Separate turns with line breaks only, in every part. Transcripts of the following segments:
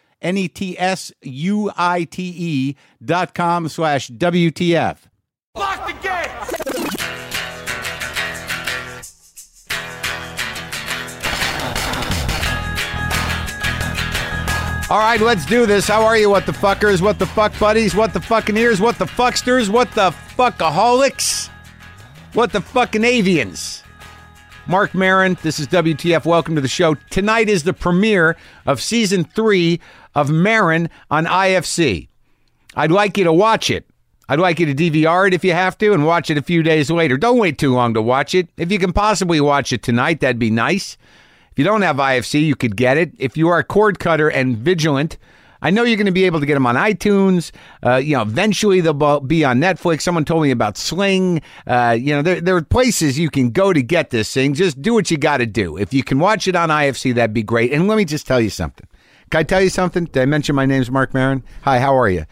N E T S U I T E dot com slash WTF.
Lock the gate!
All right, let's do this. How are you, what the fuckers? What the fuck buddies? What the fucking ears? What the fucksters? What the fuckaholics? What the fucking avians? Mark Marin, this is WTF. Welcome to the show. Tonight is the premiere of season three of Marin on IFC. I'd like you to watch it. I'd like you to DVR it if you have to and watch it a few days later. Don't wait too long to watch it. If you can possibly watch it tonight, that'd be nice. If you don't have IFC, you could get it. If you are a cord cutter and vigilant, I know you're going to be able to get them on iTunes. Uh, you know, eventually they'll bo- be on Netflix. Someone told me about Sling. Uh, you know, there, there are places you can go to get this thing. Just do what you got to do. If you can watch it on IFC, that'd be great. And let me just tell you something. Can I tell you something? Did I mention my name's Mark Marin? Hi, how are you?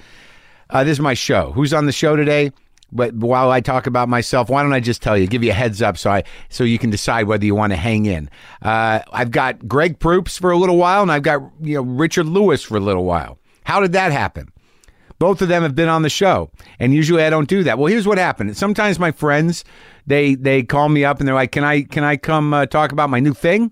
Uh, this is my show. Who's on the show today? But while I talk about myself, why don't I just tell you, give you a heads up, so I so you can decide whether you want to hang in. Uh, I've got Greg Proops for a little while, and I've got you know Richard Lewis for a little while. How did that happen? both of them have been on the show and usually i don't do that well here's what happened sometimes my friends they they call me up and they're like can i can i come uh, talk about my new thing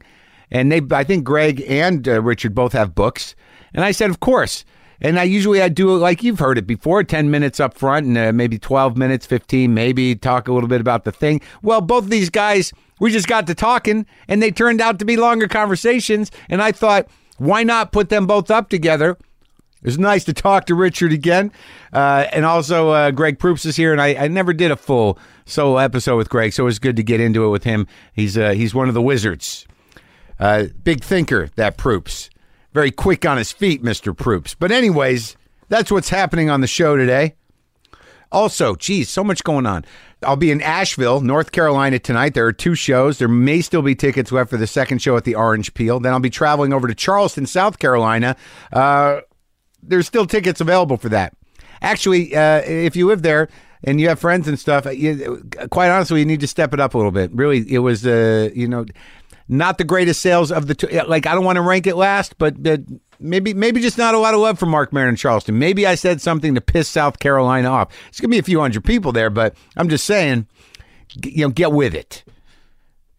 and they i think greg and uh, richard both have books and i said of course and i usually i do it like you've heard it before 10 minutes up front and uh, maybe 12 minutes 15 maybe talk a little bit about the thing well both of these guys we just got to talking and they turned out to be longer conversations and i thought why not put them both up together it was nice to talk to Richard again. Uh, and also, uh, Greg Proops is here, and I, I never did a full solo episode with Greg, so it was good to get into it with him. He's, uh, he's one of the wizards. Uh, big thinker, that Proops. Very quick on his feet, Mr. Proops. But, anyways, that's what's happening on the show today. Also, geez, so much going on. I'll be in Asheville, North Carolina tonight. There are two shows. There may still be tickets left for the second show at the Orange Peel. Then I'll be traveling over to Charleston, South Carolina. Uh, there's still tickets available for that. Actually, uh, if you live there and you have friends and stuff, you, quite honestly, you need to step it up a little bit. Really, it was, uh, you know, not the greatest sales of the two. yeah, Like, I don't want to rank it last, but uh, maybe maybe just not a lot of love for Mark Maron in Charleston. Maybe I said something to piss South Carolina off. It's going to be a few hundred people there, but I'm just saying, g- you know, get with it.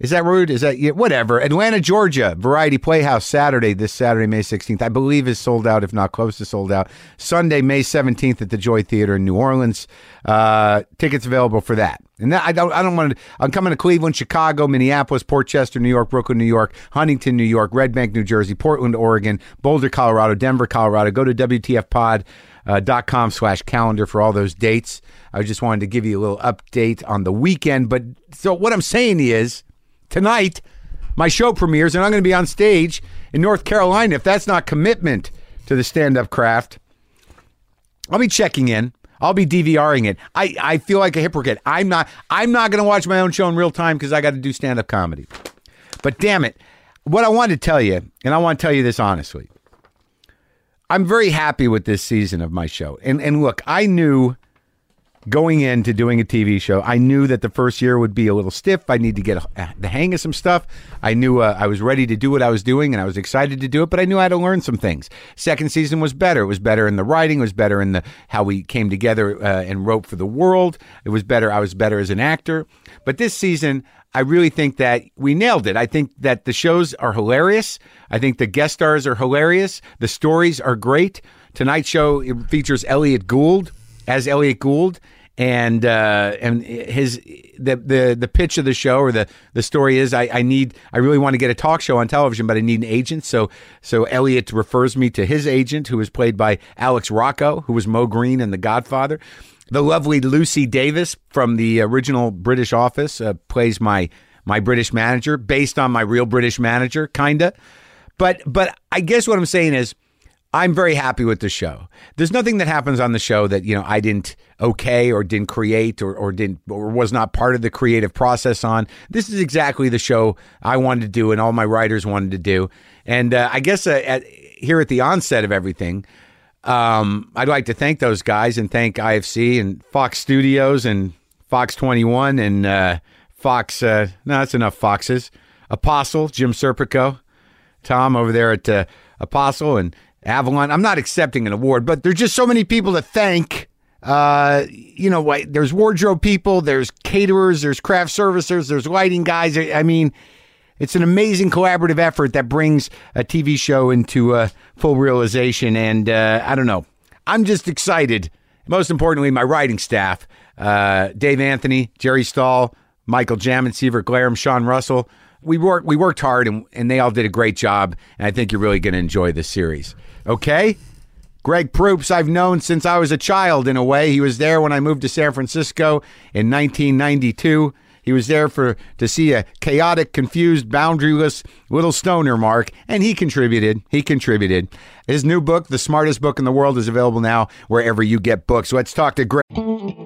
Is that rude? Is that yeah, whatever? Atlanta, Georgia, Variety Playhouse Saturday, this Saturday, May 16th, I believe is sold out, if not close to sold out. Sunday, May 17th at the Joy Theater in New Orleans. Uh, tickets available for that. And that, I don't, I don't want to. I'm coming to Cleveland, Chicago, Minneapolis, Port Chester, New York, Brooklyn, New York, Huntington, New York, Red Bank, New Jersey, Portland, Oregon, Boulder, Colorado, Denver, Colorado. Go to WTFpod uh, dot com slash calendar for all those dates. I just wanted to give you a little update on the weekend. But so what I'm saying is tonight my show premieres and i'm going to be on stage in north carolina if that's not commitment to the stand-up craft i'll be checking in i'll be dvring it i, I feel like a hypocrite i'm not i'm not going to watch my own show in real time because i got to do stand-up comedy but damn it what i wanted to tell you and i want to tell you this honestly i'm very happy with this season of my show and and look i knew going into doing a TV show, I knew that the first year would be a little stiff. I need to get a, the hang of some stuff. I knew uh, I was ready to do what I was doing and I was excited to do it, but I knew I had to learn some things. Second season was better. It was better in the writing, it was better in the how we came together uh, and wrote for the world. It was better. I was better as an actor. But this season, I really think that we nailed it. I think that the shows are hilarious. I think the guest stars are hilarious. The stories are great. Tonight's show it features Elliot Gould as Elliot Gould, and uh, and his the, the the pitch of the show or the the story is I, I need I really want to get a talk show on television, but I need an agent. So so Elliot refers me to his agent, who is played by Alex Rocco, who was Mo Green in The Godfather. The lovely Lucy Davis from the original British Office uh, plays my my British manager, based on my real British manager, kinda. But but I guess what I'm saying is. I'm very happy with the show. There's nothing that happens on the show that, you know, I didn't okay or didn't create or, or didn't or was not part of the creative process on. This is exactly the show I wanted to do and all my writers wanted to do. And uh, I guess uh, at, here at the onset of everything, um, I'd like to thank those guys and thank IFC and Fox Studios and Fox 21 and uh, Fox. Uh, no, that's enough Foxes. Apostle, Jim Serpico, Tom over there at uh, Apostle and Avalon. I'm not accepting an award, but there's just so many people to thank. Uh, you know, like, there's wardrobe people, there's caterers, there's craft servicers, there's lighting guys. I I mean, it's an amazing collaborative effort that brings a TV show into uh, full realization. And uh, I don't know, I'm just excited. Most importantly, my writing staff: uh, Dave Anthony, Jerry Stahl, Michael Jamin, Seaver Glarum, Sean Russell. We worked we worked hard, and, and they all did a great job. And I think you're really going to enjoy this series. Okay. Greg Proops, I've known since I was a child in a way. He was there when I moved to San Francisco in 1992. He was there for to see a chaotic, confused, boundaryless little stoner mark, and he contributed. He contributed. His new book, The Smartest Book in the World, is available now wherever you get books. Let's talk to Greg.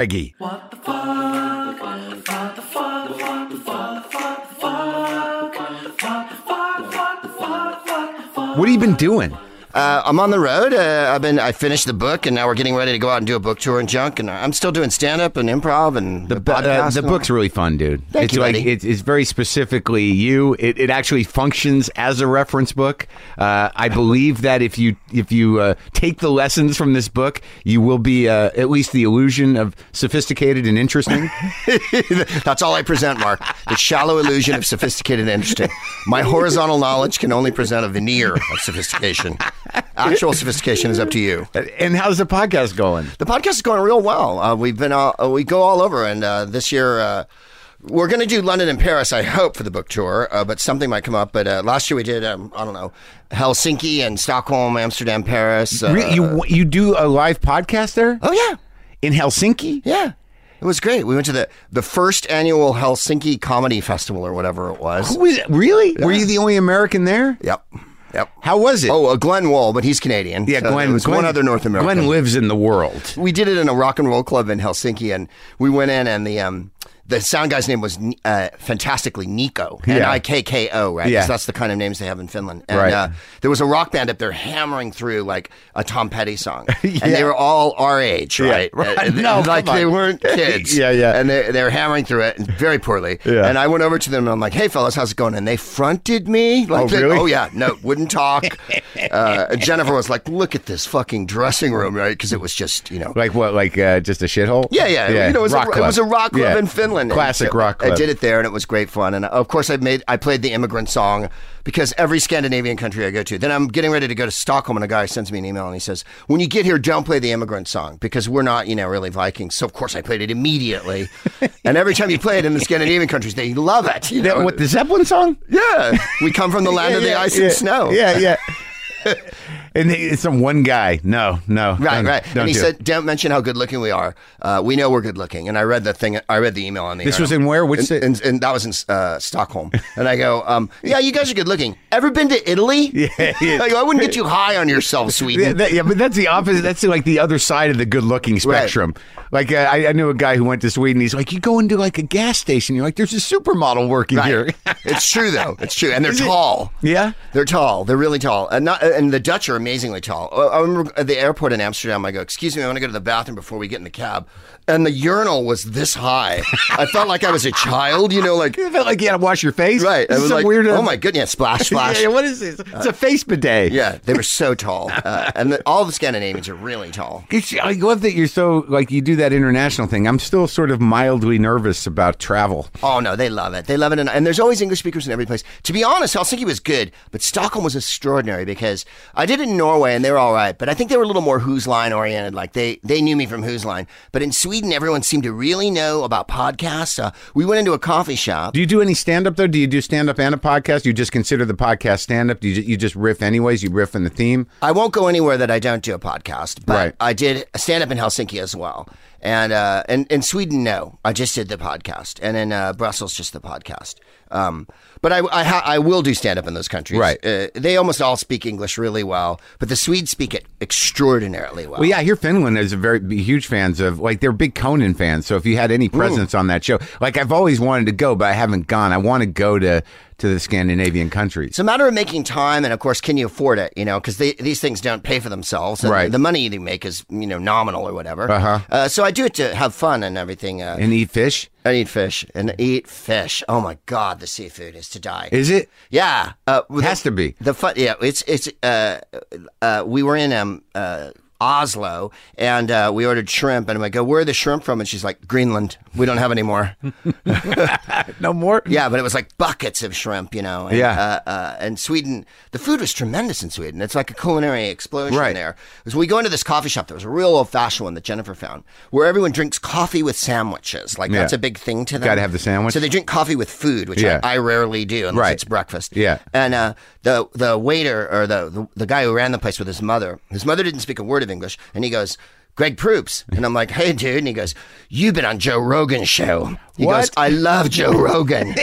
Greggy. What have you been doing?
Uh, I'm on the road. Uh, I've been. I finished the book, and now we're getting ready to go out and do a book tour and junk. And I'm still doing stand up and improv and the,
The,
podcast.
uh, the
and all.
book's really fun, dude.
Thank
it's
you,
like
buddy.
It's, it's very specifically you. It, it actually functions as a reference book. Uh, I believe that if you if you uh, take the lessons from this book, you will be uh, at least the illusion of sophisticated and interesting.
That's all I present, Mark. The shallow illusion of sophisticated and interesting. My horizontal knowledge can only present a veneer of sophistication. Actual sophistication is up to you.
and how's the podcast going?
The podcast is going real well. Uh, we've been all, uh, we go all over, and uh, this year uh, we're going to do London and Paris. I hope for the book tour, uh, but something might come up. But uh, last year we did um, I don't know Helsinki and Stockholm, Amsterdam, Paris. Uh,
Re- you you do a live podcast there
oh yeah,
in Helsinki?
yeah. It was great. We went to the the first annual Helsinki Comedy Festival or whatever it was.
Who Oh, is- really? Were you the only American there?
Yep, yep.
How was it?
Oh, uh, Glenn Wall, but he's Canadian.
yeah,
So
Glenn
There was one
Glenn-
other North American.
Glenn lives in the world.
we did it in a rock and roll club in Helsinki, and we went in, and the um, the sound guy's name was uh, fantastically Nico, N I K K O, right? 'Cause
Yeah.
that's the kind of names they have in Finland. And
Right.
uh, there was a rock band up there hammering through like a Tom Petty song, and they were all our age, right?
right.
And- and
No,
like
come on.
they weren't kids.
Yeah, yeah.
And they, they were hammering through it and very poorly.
Yeah.
And I went over to them, and I'm like, "Hey, fellas, how's it going?" And they fronted me. Like,
Oh,
they-
really?
oh, yeah, no, wouldn't talk. uh, Jennifer was like, "Look at this fucking dressing room, right?" Because it was just, you know,
Like what? Like uh, just a shithole?
yeah, yeah, You know, it was,
rock
a, it
club.
was a rock club
Yeah.
in Finland.
Classic
And so
rock club.
I did it there, and it was great fun. And of course, I made I played the immigrant song because every Scandinavian country I go to. Then I'm getting ready to go to Stockholm, and a guy sends me an email, and he says, "When you get here, don't play the immigrant song because we're not, you know, really Vikings." So of course, I played it immediately. and every time you play it in the Scandinavian countries, they love it. You know?
That, what the Zeppelin song?
yeah, we come from the land of the ice and snow.
Yeah, yeah. And they- it's some one guy. No, no.
Right,
don't-
right.
Don't
and he
do it.
said, "Don't mention how good looking we are. Uh, we know we're good looking." And I read the thing. I read the email on the.
This was
article.
in where? Which
And,
city?
and, and that was in uh, Stockholm. And I go, um, "Yeah, you guys are good looking. Ever been to Italy? Yeah. I, go, I wouldn't get you high on yourself,
Yeah,
Sweden.
that- yeah, but that's the opposite. That's like the other side of the good-looking spectrum. Like uh, I, I knew a guy who went to Sweden. He's like, you go into like a gas station. You're like, there's a supermodel working here.
it's true though. It's true. And they're tall.
yeah.
They're tall. They're really tall, and not. And the Dutch are amazingly tall. Uh, I- I remember at the airport in Amsterdam. I go, "Excuse me, I want to go to the bathroom before we get in the cab." And the urinal was this high. I felt like I was a child. You know, like
It felt like you had to wash your face.
right. I
This is
was
some
like,
weird.
"Oh my goodness, splash, splash."
Yeah, yeah, what is this? It's a face bidet.
Yeah, they were so tall, uh, and the, all the Scandinavians are really tall.
It's, I love that you're so like you do that international thing. I'm still sort of mildly nervous about travel.
Oh no, they love it. They love it, and, and there's always English speakers in every place. To be honest, Helsinki was good, but Stockholm was extraordinary because I did it in Norway, and they were all right, but I think they were a little more Who's Line oriented. Like they they knew me from Who's Line, but in Sweden, everyone seemed to really know about podcasts. Uh, we went into a coffee shop.
Do you do any stand up though? Do you do stand up and a podcast? You just consider the podcast stand up? Do you, ju- you just riff anyways? You riff on the theme?
I won't go anywhere that I don't do a podcast, but
Right.
I did a stand up in Helsinki as well. And uh, and in Sweden, no, I just did the podcast, and in uh, Brussels, just the podcast. Um, but I I, ha- I will do stand up in those countries.
Right.
Uh, they almost all speak English really well, but the Swedes speak it extraordinarily well.
Well, yeah, I hear Finland is a very b- huge fans of like they're big Conan fans. So if you had any presence on that show, like I've always wanted to go, but I haven't gone. I want to go to to the Scandinavian countries.
It's a matter of making time, and of course, can you afford it? You know, because these things don't pay for themselves. And
Right.
The money they make is you know nominal or whatever.
Uh-huh.
Uh, so I do it to have fun and everything. Uh,
And eat fish?
I eat fish and eat fish. Oh my god, the seafood is to die.
Is it?
yeah, uh, well,
Has
the-
to be.
the fun. Yeah, it's it's. Uh, uh, we were in um uh, Oslo and uh, we ordered shrimp and I go, where are the shrimp from? And she's like, Greenland. We don't have any more.
No more?
yeah, but it was like buckets of shrimp, you know. And,
Yeah.
Uh, uh, and Sweden, the food was tremendous in Sweden. It's like a culinary explosion
Right.
there. So we go into this coffee shop. There was a real old fashioned one that Jennifer found, where everyone drinks coffee with sandwiches. Like
Yeah.
that's a big thing to them.
Gotta have the sandwich.
So they drink coffee with food, which
Yeah.
I, I rarely do unless
Right.
it's breakfast.
Yeah.
And uh, the the waiter or the, the the guy who ran the place with his mother, his mother didn't speak a word of English, and he goes. Greg Proops. And I'm like, hey, dude. And he goes, You've been on Joe Rogan's show. He
What?
goes, I love Joe Rogan.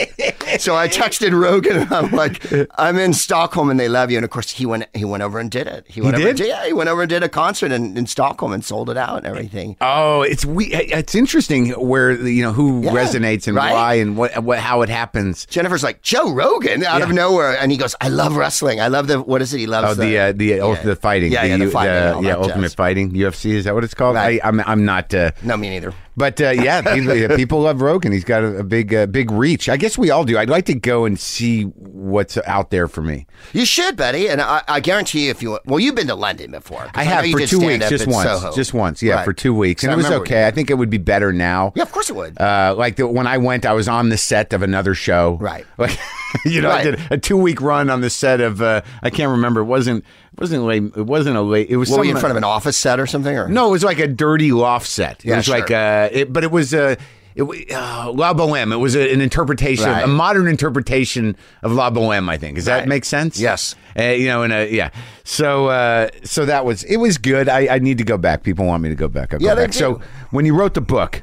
so I texted Rogan. And I'm like, I'm in Stockholm and they love you. And of course, he went he went over and did it. He went over and
did?
did, yeah, he went over and did a concert in, in Stockholm and sold it out and everything.
Oh, it's we. It's interesting where you know who
Yeah,
resonates and
right?
why and what, what how it happens.
Jennifer's like Joe Rogan out of
Yeah.
nowhere, and he goes, "I love wrestling. I love the what is it? He loves
Oh, the uh, the uh, the fighting,
Yeah, yeah, the fighting and all
yeah,
that jazz.
ultimate fighting UFC is that what it's called?
Right.
I, I'm I'm not, uh,
no, me neither.
but uh, yeah, people, yeah, people love Rogan. He's got a, a big uh, big reach. I guess we all do. I'd like to go and see what's out there for me.
You should, buddy, and I, I guarantee you, if you well, you've been to London before. 'cause
I
know
have
you
for
did
two
stand
weeks,
up
just
in
once,
Soho.
just once, yeah,
Right.
for two weeks,
So
and
I
it was
remember-
okay. I think it would be better now.
Yeah, of course it would.
Uh, like the, when I went, I was on the set of another show.
Right.
Like, you know, I
Right.
did a two week run on the set of uh, I can't remember. It wasn't it wasn't late. It wasn't a late. It was
Were
some,
you in front of an office set or something? Or
No, it was like a dirty loft set. It
Yeah,
was
sure.
like uh, it, but it was uh, it w- uh, La Boheme. It was a, an interpretation,
Right.
a modern interpretation of La Boheme. I think. Does that
Right.
make sense?
Yes.
Uh, you know, and uh, yeah. So uh, so that was it. Was good. I, I need to go back. People want me to go back. I'll go
Yeah, they
back. So
do.
when you wrote the book,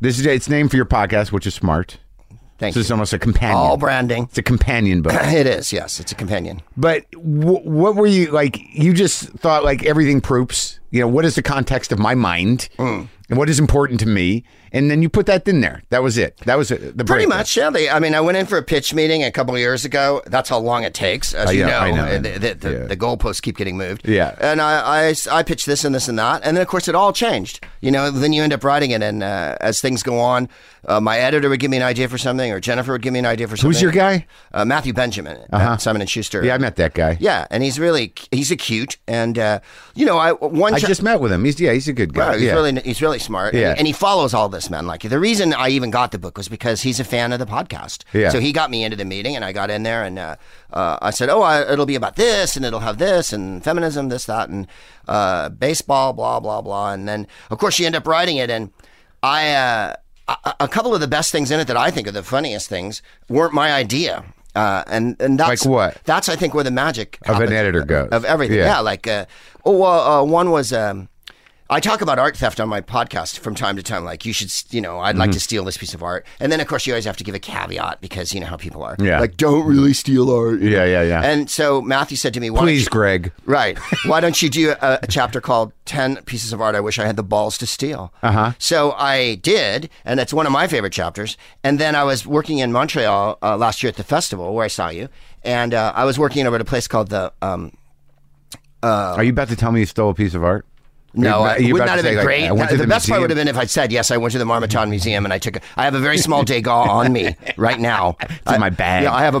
this is it's named for your podcast, which is smart.
thank
So
you.
it's almost a companion.
All branding.
It's a companion book.
It is, yes. It's a companion.
But w- what were you like? You just thought like everything proops. You know, what is the context of my mind
Mm.
and what is important to me? And then you put that in there. That was it. That was it, the
Pretty
break.
much, yeah. They, I mean, I went in for a pitch meeting a couple years ago. That's how long it takes, as
Oh,
you
yeah,
know.
I know, I
Uh,
know.
The, the, the,
Yeah.
the goalposts keep getting moved.
Yeah.
And I, I, I pitched this and this and that, and then of course it all changed. You know, then you end up writing it, and uh, as things go on, uh, my editor would give me an idea for something, or Jennifer would give me an idea for something.
Who's your guy?
Uh, Matthew Benjamin, at Simon and Schuster.
Uh-huh. Yeah, I met that guy.
Yeah, and he's really he's acute, and uh, you know, I one.
I
chi-
just met with him. He's yeah, he's a good guy.
Right, he's
yeah.
really he's really smart.
Yeah.
And, and he follows all this, man. Like the reason I even got the book was because he's a fan of the podcast.
Yeah.
So he got me into the meeting, and I got in there, and uh, uh, I said, "Oh, I, it'll be about this, and it'll have this, and feminism, this, that, and uh, baseball, blah, blah, blah." And then, of course, she ended up writing it, and I. Uh, a- a couple of the best things in it that I think are the funniest things weren't my idea. Uh, and and that's
Like what?
That's I think where the magic
an
happens,
editor
uh,
goes.
of everything.
Yeah.
Yeah, like uh, oh, well, uh, one was um, I talk about art theft on my podcast from time to time. Like you should, s- you know, I'd
Mm-hmm.
like to steal this piece of art, and then of course you always have to give a caveat because you know how people are.
Yeah.
like don't really steal art. you
Yeah,
know?
yeah, yeah.
And so Matthew said to me, Why don't
Please,
you-
Greg.
Right. Why don't you do a, a chapter called 10 Pieces of Art I Wish I Had the Balls to Steal? Uh
Uh-huh.
huh. So I did, and that's one of my favorite chapters. And then I was working in Montreal uh, last year at the festival where I saw you, and uh, I was working over at a place called the. Um,
Are you about to tell me you stole a piece of art?
Oh. no,
Are
it
you
would
about to
not have
say,
been
like,
great.
I went
the
to the
best
museum?
part would have been if I'd said, yes, I went to the Marmaton Museum and I took a, I have a very small Degas on me right now. It's
in my bag.
Yeah, I have a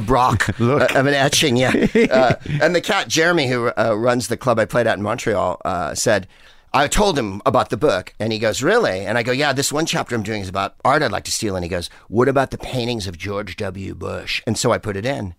Brock
Look.
uh, of an etching, yeah. Uh, and the cat, Jeremy, who uh, runs the club I played at in Montreal, uh, said, I told him about the book and he goes, really? And I go, yeah, this one chapter I'm doing is about art I'd like to steal. And he goes, what about the paintings of George W. Bush? And so I put it in.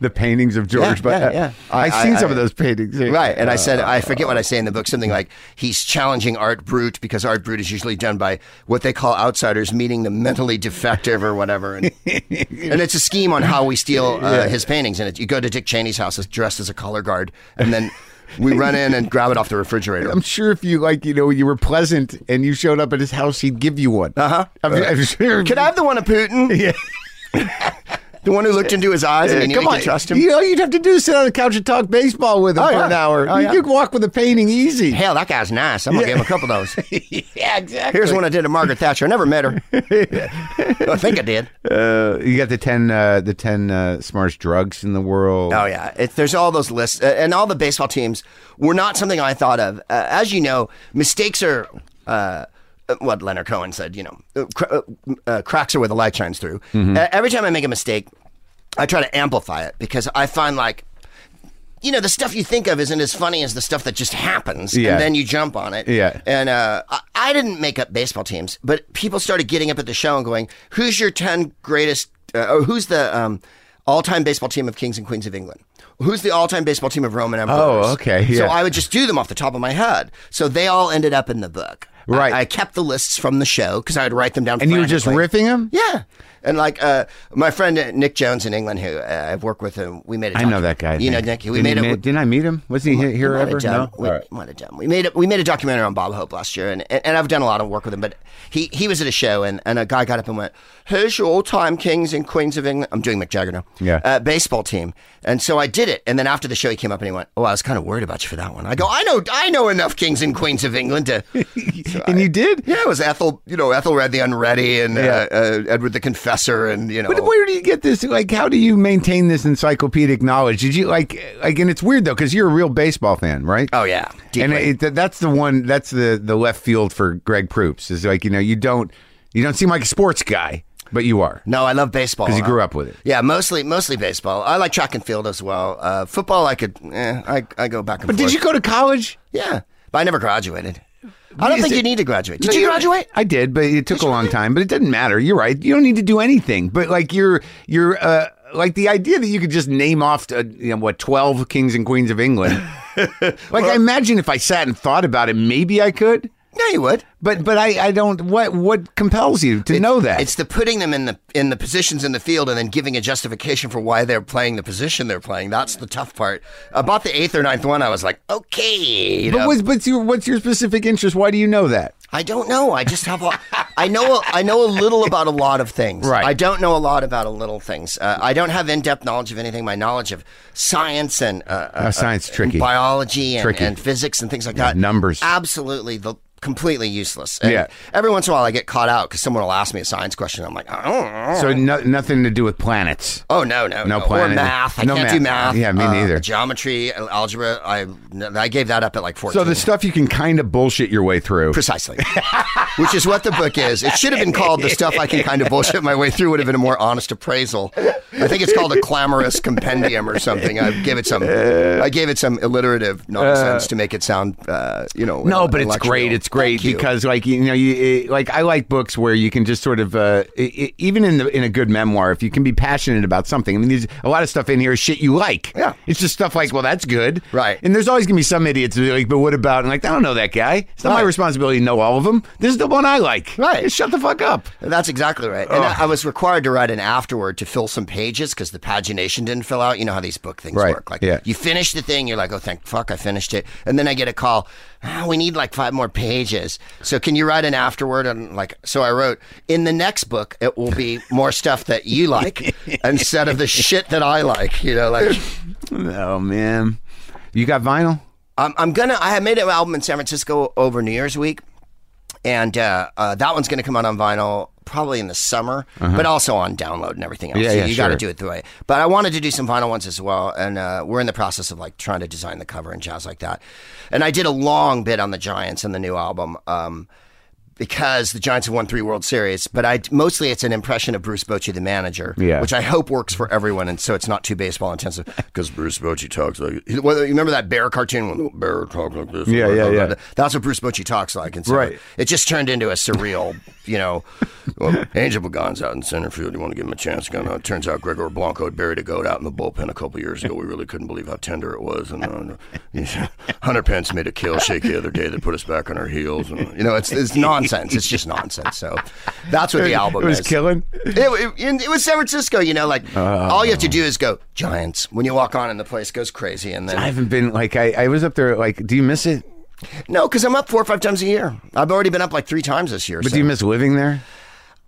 The paintings of George.
Yeah,
but
yeah, yeah.
I've
I-
seen
I-
some
I-
of those paintings.
Right. And I said,
Oh.
I forget what I say in the book, something like he's challenging Art Brut because Art Brut is usually done by what they call outsiders, meaning the mentally defective or whatever. And, and it's a scheme on how we steal uh, his paintings. And it, you go to Dick Cheney's house it's dressed as a color guard, and then we run in and grab it off the refrigerator.
I'm sure if you like, you know, you were pleasant and you showed up at his house, he'd give you one. Uh huh. I'm, I'm sure.
Could Uh-huh. I have the one of Putin? Yeah. the one who looked into his eyes and he knew
Come
he
on,
could trust him?
You know, you'd have to do sit on the couch and talk baseball with him
Oh,
for
yeah.
an hour.
Oh,
you
yeah.
could walk with a painting easy.
Hell, that guy's nice. I'm gonna give him a couple of those.
yeah, exactly.
Here's one I did to Margaret Thatcher. I never met her. I think I did.
Uh, you got the ten, uh, the ten uh, smartest drugs in the world.
Oh yeah, it, there's all those lists, uh, and all the baseball teams were not something I thought of. Uh, as you know, mistakes are uh, uh, what Leonard Cohen said. You know, uh, cr- uh, uh, cracks are where the light shines through. Uh, every time I make a mistake, I try to amplify it because I find like. You know the stuff you think of isn't as funny as the stuff that just happens,
Yeah.
and then you jump on it.
Yeah.
And uh, I, I didn't make up baseball teams, but people started getting up at the show and going, "Who's your ten greatest? Uh, or who's the um, all-time baseball team of kings and queens of England? Who's the all-time baseball team of Roman emperors?"
Oh, okay, yeah.
So I would just do them off the top of my head. So they all ended up in the book.
Right.
I, I kept the lists from the show because I would write them down.
and you were just
frantically.
riffing him.
Yeah. And like uh, my friend uh, Nick Jones in England, who uh, I've worked with, him, we made a
I know that guy.
You know
Nick.
Nick. We
Didn't
made
he
it.
ma- Didn't I meet him? Was he he- here
might have
ever?
done-
No.
We,
All right.
might have done. We made a, we made a documentary on Bob Hope last year, and, and, and I've done a lot of work with him. But he, he was at a show, and, and a guy got up and went, "Who's your all time kings and queens of England?" I'm doing Mick Jagger now.
Yeah.
Uh, baseball team, and so I did it. And then after the show, he came up and he went, "Oh, I was kind of worried about you for that one." I go, "I know I know enough kings and queens of England to."
And you did.
Yeah, it was Ethel, you know, Ethelred the Unready and
Yeah.
uh, uh, Edward the Confessor, and you know,
But where do you get this? Like, how do you maintain this encyclopedic knowledge? Did you like, like, and it's weird though, because you're a real baseball fan, right?
oh yeah,
and
deeply.
it, it, that's the one. That's the the left field for Greg Proops is like, you know, you don't, you don't seem like a sports guy, but you are.
No, I love baseball. Uh,
'Cause you grew up with it.
Yeah, mostly mostly baseball. I like track and field as well. Uh, football, I could. Eh, I I go back and
But
forth.
did you go to college?
Yeah, but I never graduated. I don't think you need to graduate. Did
No,
you
you're-
graduate?
I did, but it took a long time. But it doesn't matter. You're right. You don't need to do anything. But like you're you're uh, like the idea that you could just name off uh, you know, what twelve kings and queens of England. like I imagine if I sat and thought about it, maybe I could.
No, you would.
But but I, I don't. What what compels you to know that?
It's the putting them in the in the positions in the field and then giving a justification for why they're playing the position they're playing. That's the tough part. About the eighth or ninth one, I was like, okay. you
but
know.
what's, what's your what's your specific interest? Why do you know that?
I don't know. I just have a. I know. I know a little about a lot of things.
Right.
I don't know a lot about a little things. Uh, I don't have in-depth knowledge of anything. My knowledge of science and uh, uh,
Oh, science
uh,
tricky.
biology and,
Tricky.
and physics and things like that.
numbers.
Absolutely. The completely useless. And
Yeah.
Every once in a while, I get caught out because someone will ask me a science question. I'm like, I don't know.
So no, nothing to do with planets.
Oh no, no,
No
no,
planet.
or math. I
No
can't
math.
do math.
Yeah, me
Uh,
neither.
Geometry, algebra. I I gave that up at like 14.
So the stuff you can kind of bullshit your way through.
Precisely. Which is what the book is. It should have been called The Stuff I Can Kind of Bullshit My Way Through, would have been a more honest appraisal. I think it's called a clamorous compendium or something. I gave it some I gave it some alliterative nonsense to make it sound uh, you know.
No, but it's
intellectual.
great. It's it's great
Thank you.
because like you know you it, like I like books where you can just sort of uh, i i even in the in a good memoir if you can be passionate about something. I mean, there's a lot of stuff in here is shit you like.
Yeah.
it's just stuff like well that's good,
Right.
And there's always gonna be some idiots who are like, but what about? And like I don't know that guy. It's not my
Right.
responsibility to know all of them. This is the one I like.
Right.
Just shut the fuck up.
That's exactly right. And I, I was required to write an afterword to fill some pages because the pagination didn't fill out. You know how these book things
Right,
work. Like
yeah.
you finish the thing, you're like, oh thank fuck, I finished it. And then I get a call. Ah, we need like five more pages. So can you write an afterword? And like, so I wrote in the next book, it will be more stuff that you like instead of the shit that I like. You know, like
Oh man, you got vinyl.
I'm, I'm gonna. I had made an album in San Francisco over New Year's week, and uh, uh, that one's gonna come out on vinyl probably in the summer, but also on download and everything else.
Uh-huh. Yeah,
So
yeah,
you got to
sure.
do it the way. But I wanted to do some vinyl ones as well, and uh, we're in the process of like trying to design the cover and jazz like that. And I did a long bit on the Giants and the new album. Um, because the Giants have won three World Series, but I mostly it's an impression of Bruce Bochy, the manager,
Yeah.
which I hope works for everyone, and so it's not too baseball intensive. Because Bruce Bochy talks like whether you remember that bear cartoon when the bear talks like oh, this.
Yeah, yeah, yeah.
That's what Bruce Bochy talks like, and so
Right.
it just turned into a surreal, you know. Well, Angel Pagan's out in center field. You want to give him a chance? Gun. It turns out Gregor Blanco had buried a goat out in the bullpen a couple years ago. We really couldn't believe how tender it was, and uh, Hunter Pence made a kill shake the other day that put us back on our heels. And, you know, it's it's nonsense. It's just nonsense. So that's what the album
it was
is.
killing.
It, it, and it was San Francisco, you know. Like all you have to do is go Giants when you walk on, and the place goes crazy. And then
I haven't been like I, I was up there. Like, do you miss it?
no, because I'm up four or five times a year. I've already been up like three times this year.
But
so.
do you miss living there?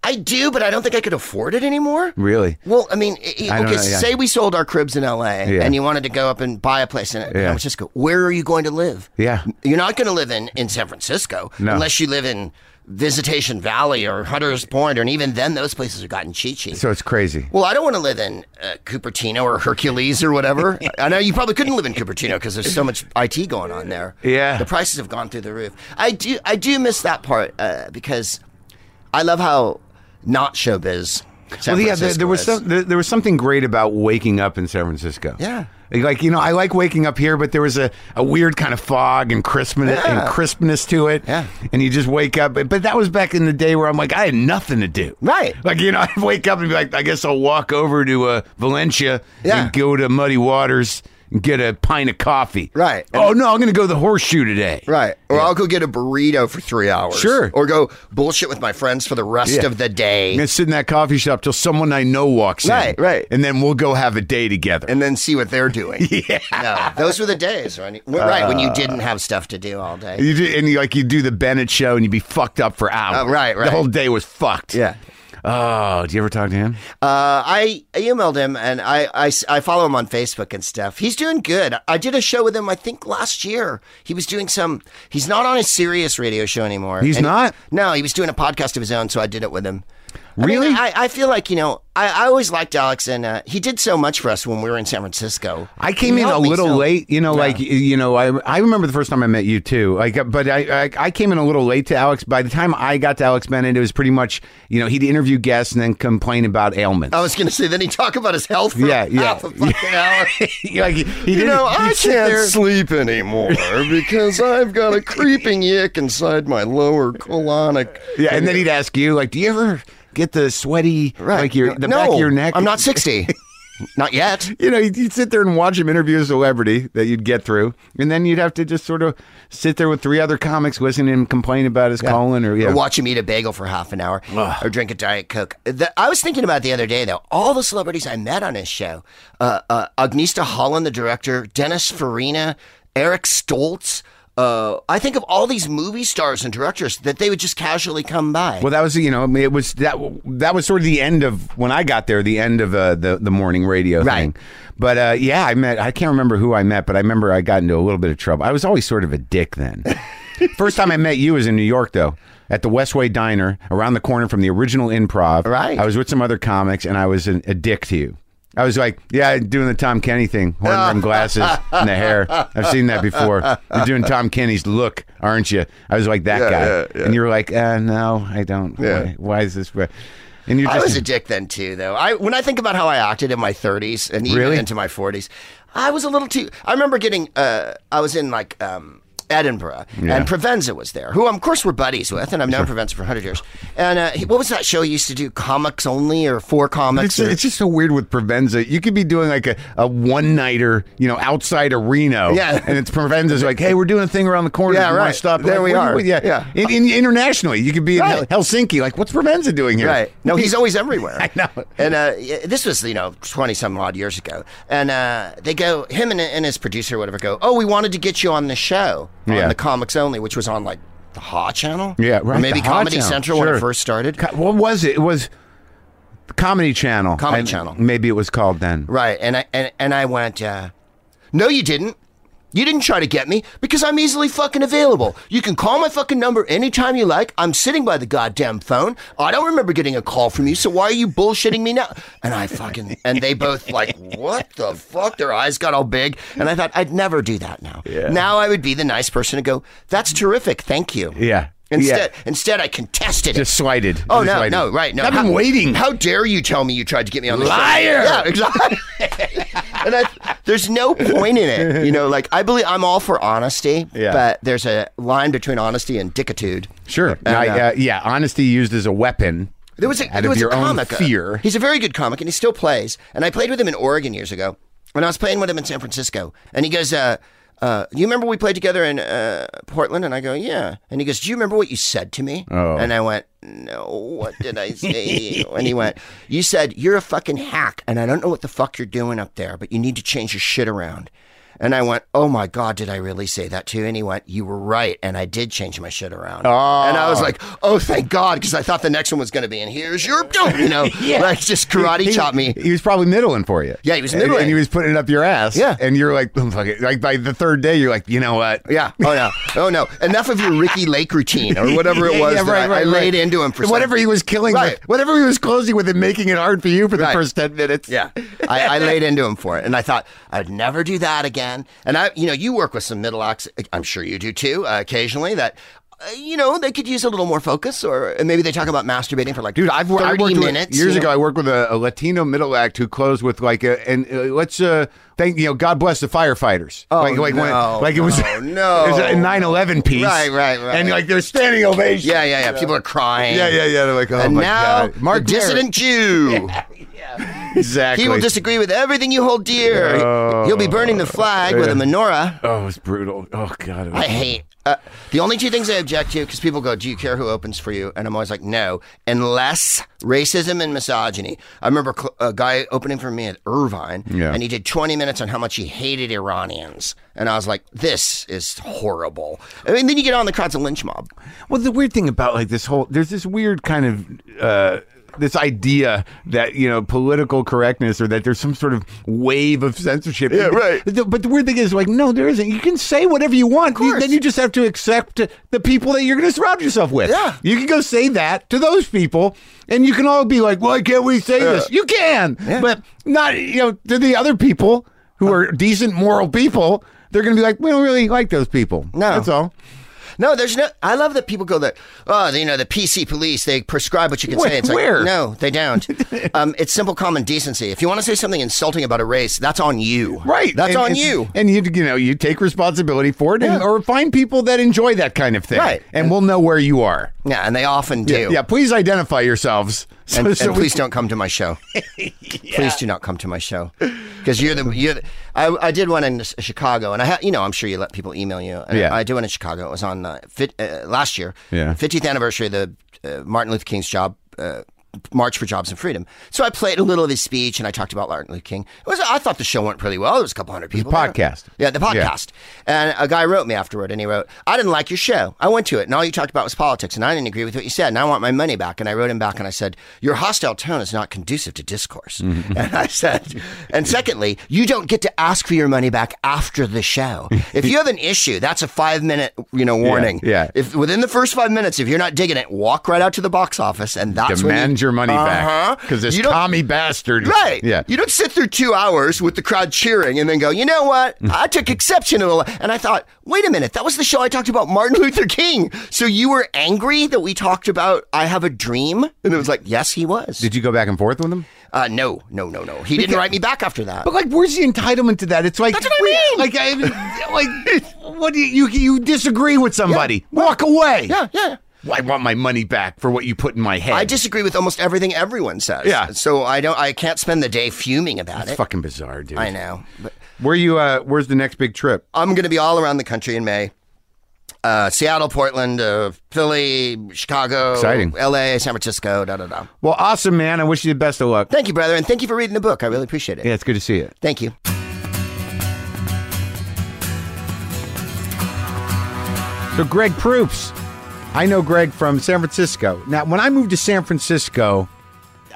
I do, but I don't think I could afford it anymore.
Really?
Well, I mean, i-
I
i-
don't
okay,
know, yeah.
say we sold our cribs in LA
Yeah.
and you wanted to go up and buy a place in San
Yeah.
Francisco. Where are you going to live?
Yeah.
You're not going to live in, in San Francisco
No.
unless you live in Visitation Valley or Hunter's Point, and even then, those places have gotten cheap.
So it's crazy.
Well, I don't want to live in uh, Cupertino or Hercules or whatever. I know you probably couldn't live in Cupertino because there's so much IT going on there.
Yeah.
the prices have gone through the roof. I do, I do miss that part uh, because I love how not showbiz. San
well, yeah, there,
Francisco
there was
is.
some, there, there was something great about waking up in San Francisco.
Yeah.
Like you know, I like waking up here, but there was a, a weird kind of fog and crispness
Yeah.
and crispness to it.
Yeah.
and you just wake up. But but that was back in the day where I'm like, I had nothing to do.
Right.
Like you know, I'd wake up and be like, I guess I'll walk over to uh, Valencia
Yeah.
and go to Muddy Waters and get a pint of coffee.
Right.
Oh no, I'm going to go to the Horseshoe today.
Right. Or I'll go get a burrito for three hours.
Sure.
Or go bullshit with my friends for the rest
Yeah.
of the
I'm
day
gonna sit in that coffee shop till someone I know walks
Right,
in.
right.
And then we'll go have a day together.
and then see what they're doing. yeah. No, those were the days, right? Right, when
Uh,
you didn't have stuff to do all day.
You do, and you, like you do the Bennett show, and you'd be fucked up for hours.
Oh, right,
The
right.
whole day was fucked.
Yeah.
Oh, do you ever talk to him?
Uh, I I emailed him and I, I s- I follow him on Facebook and stuff. He's doing good. I did a show with him, I think last year. He was doing some, he's not on his serious radio show anymore.
He's
And-
not?
No, he was doing a podcast of his own, so I did it with him. I mean,
Really?
I, I feel like, you know, I, I always liked Alex and uh, he did so much for us when we were in San Francisco.
I came
He
in a
helped me
little
so-
late, you know. Like y- you know, I I remember the first time I met you too. Like, uh, but I, I I came in a little late to Alex. By the time I got to Alex Bennett, it was pretty much you know he'd interview guests and then complain about ailments.
I was going to say, then he talk about his health for
Yeah, yeah.
half a fucking hour.
like he, he
You
didn't-
know, I
he'd sit there-
can't sleep anymore because I've got a creeping yick inside my lower colonic.
Yeah, and then he'd ask you like, do you ever get the sweaty like your the back of your neck?
I'm not 60. not yet.
you know, you'd, you'd sit there and watch him interview a celebrity that you'd get through, and then you'd have to just sort of sit there with three other comics, listen to him complain about his colon or yeah.
watch him eat a bagel for half an hour or drink a Diet Coke. The, I was thinking about it the other day, though. All the celebrities I met on his show uh, uh, Agnista Holland, the director, Dennis Farina, Eric Stoltz. Uh, I think of all these movie stars and directors that they would just casually come by.
Well, that was you know I mean, it was that that was sort of the end of when I got there, the end of uh, the the morning radio
Right.
thing. But uh, yeah, I met I can't remember who I met, but I remember I got into a little bit of trouble. I was always sort of a dick then. First time I met you was in New York though, at the Westway Diner around the corner from the original Improv.
Right.
I was with some other comics, and I was an, a dick to you. I was like, yeah, doing the Tom Kenny thing, horn rim glasses and the hair. I've seen that before. You're doing Tom Kenny's look, aren't you? I was like that guy, and you were like, uh, no, I don't. Why, why is this? where- And you
I
just
was a dick then too, though. I when I think about how I acted in my 30s and even
Really?
into my 40s, I was a little too. I remember getting. Uh, I was in like um, Edinburgh, and Provenza was there, who of course we're buddies with, and I've known Provenza for hundred years. And uh, he, what was that show he used to do? Comics only or four
It's,
comics? or-
it's just so weird with Provenza. You could be doing like a, a one nighter, you know, outside a Reno.
Yeah.
And it's Provenza's like, hey, we're doing a thing around the corner.
Yeah,
You wanna
right.
Stop.
There
Like,
we
what you-
are.
what- yeah.
Yeah.
In, in- internationally, you could be in
Right.
Hel- Helsinki. Like, what's Provenza doing here?
Right. No, he's always everywhere. I
know.
And uh, y- this was, you know, 20 some odd years ago. And uh, they go, him and, and his producer or whatever go, oh, we wanted to get you on the show
Yeah.
on the Comics Only, which was on like the Ha Channel.
Yeah, right.
Or maybe
the Hot
Comedy
Town.
Central when it
Sure.
first started.
Co- what was it? It was Comedy Channel.
Comedy
I-
Channel.
Maybe it was called then.
Right. And I, and, and I went, uh, no, you didn't. You didn't try to get me because I'm easily fucking available. You can call my fucking number anytime you like. I'm sitting by the goddamn phone. I don't remember getting a call from you, so why are you bullshitting me now? And I fucking and they both like, what the fuck? Their eyes got all big, and I thought I'd never do that now. Now I would be the nice person to go, that's terrific, thank you.
Yeah.
Instead,
Yeah.
instead I contested it.
Just slighted.
Oh
Just
no,
slighted.
no, right, no.
I've been
How-
waiting.
How dare you tell me you tried to get me on the
Liar!
Show? Yeah, exactly. and I, there's no point in it, you know. Like I believe I'm all for honesty,
Yeah.
but there's a line between honesty and dickitude.
Sure.
And,
I,
uh,
uh, yeah. Honesty used as a weapon.
There was a,
out
there was
of your
a
own
comic. uh,
fear.
He's a very good comic, and he still plays. And I played with him in Oregon years ago, and I was playing with him in San Francisco. And he goes, uh, uh, "You remember we played together in uh, Portland?" And I go, "Yeah." And he goes, "Do you remember what you said to me?"
Oh.
And I went, "No, what did I say?" to you?" and he went, "You said you're a fucking hack, and I don't know what the fuck you're doing up there, but you need to change your shit around." And I went, "Oh my god, did I really say that to you?" And he went, "You were right, and I did change my shit around." And I was like, "Oh, thank God," because I thought the next one was going to be, "And here's your," you know, like just karate
he,
chop me.
He was probably middling for you.
Yeah, he was
And-
middling.
And, he was putting it up your ass.
Yeah.
And you're like, "Oh, fuck it." Like by the third day, you're like, you know what?
Yeah. Oh no. Oh no. Enough of your Ricky Lake routine or whatever it
Yeah,
was.
yeah,
that
right,
I- I,
right,
laid
right.
into him for
whatever
something.
he was killing
Right.
with, whatever he was closing with, and making it hard for you for the
Right.
first ten minutes.
Yeah, I, I laid into him for it, and I thought I'd never do that again. And I, you know, you work with some middle acts. I'm sure you do too, uh, occasionally. That. uh, You know, they could use a little more focus, or and maybe they talk about masturbating for like
Dude, I've wor- I
30
worked with-
minutes
years
you know?
ago. I worked with a, a Latino middle act who closed with like, a, and uh, let's uh, thank you know, God bless the firefighters. Oh, like, like,
no,
like it was,
no, no.
it was a 9/11 piece.
Right, right, right.
And like they're standing ovation.
Yeah, yeah, yeah. People are crying.
yeah, yeah, yeah. They're like, oh
and
my
now,
god,
Mark the dissident Jew.
Maron- exactly.
He will disagree with everything you hold dear. He'll be burning the flag with a menorah.
Oh, it was brutal. Oh god, it was
I hate. Uh, the only two things I object to, because people go, "Do you care who opens for you?" and I'm always like, "No," unless racism and misogyny. I remember cl- a guy opening for me at Irvine,
Yeah.
and he did 20 minutes on how much he hated Iranians, and I was like, "This is horrible." I mean, then you get on the crowds of lynch mob.
Well, the weird thing about like this whole there's this weird kind of uh, this idea that you know political correctness or that there's some sort of wave of censorship. Yeah,
right.
But the, but the weird thing is like no, there isn't. You can say whatever you want. You-
course.
then you just have to accept the people that you're going to surround yourself with.
Yeah.
you can go say that to those people, and you can all be like, why can't we say this? You can, but not you know to the other people who are decent moral people. They're going to be like, we don't really like those people.
No.
that's all.
No, there's no. I love that people go that. Oh, you know, the PC police they prescribe what you can
Where-
say. It's like
where?
no, they don't. um, it's simple common decency. If you want to say something insulting about a race, that's on you.
Right.
That's
And-
on
and-
you.
And you you know, you take responsibility for it and,
Yeah.
or find people that enjoy that kind of thing.
Right.
And we'll know where you are.
yeah, and they often do.
Yeah, please identify yourselves. So-
And,
so
and
we-
please don't come to my show. Please do not come to my show because you're the you're. The, I, I did one in s- Chicago, and I ha, you know I'm sure you let people email you. And
Yeah.
I did one in Chicago. It was on uh, fit, uh, last year.
Yeah.
50th anniversary of the uh, Martin Luther King's job. Uh, March for Jobs and Freedom. So I played a little of his speech and I talked about Martin Luther King. It was, I thought the show went pretty well. There was a couple hundred people. there.
podcast.
Yeah, the
Yeah.
podcast. And a guy wrote me afterward and he wrote, I didn't like your show. I went to it and all you talked about was politics and I didn't agree with what you said and I want my money back. And I wrote him back and I said, Your hostile tone is not conducive to discourse.
Mm-hmm.
And I said, And secondly, you don't get to ask for your money back after the show. If you have an issue, that's a five minute, you know, warning.
yeah.
If within the first five minutes, if you're not digging it, walk right out to the box office and that's when
demand
you,
your money
Uh-huh.
back. Because this
You don't-
commie bastard.
Right.
Yeah.
You don't sit through two hours with the crowd cheering and then go, you know what?
Mm.
I took exception to the. li-" And I thought, wait a minute, that was the show I talked about Martin Luther King. So you were angry that we talked about I Have a Dream? And it was like, yes, he was.
Did you go back and forth with them?
Uh, no, no, no, no. He didn't write me back after that.
But like, where's the entitlement to that? It's like
That's what I
we-
mean.
Like, I, like, what do you, you you disagree with somebody? Walk away.
yeah, yeah.
Well, I want my money back for what you put in my head.
I disagree with almost everything everyone says.
Yeah.
So I don't. I can't spend the day fuming about
It's
it.
fucking bizarre, dude.
I know. But
Where you? Uh, where's the next big trip?
I'm going to be all around the country in May. Uh, Seattle, Portland, uh, Philly, Chicago,
Exciting.
L.A., San Francisco. Da da da.
Well, awesome, man. I wish you the best of luck.
Thank you, brother, and thank you for reading the book. I really appreciate it.
Yeah, it's good to see you.
Thank you.
So, Greg Proops. I know Greg from San Francisco. Now, when I moved to San Francisco,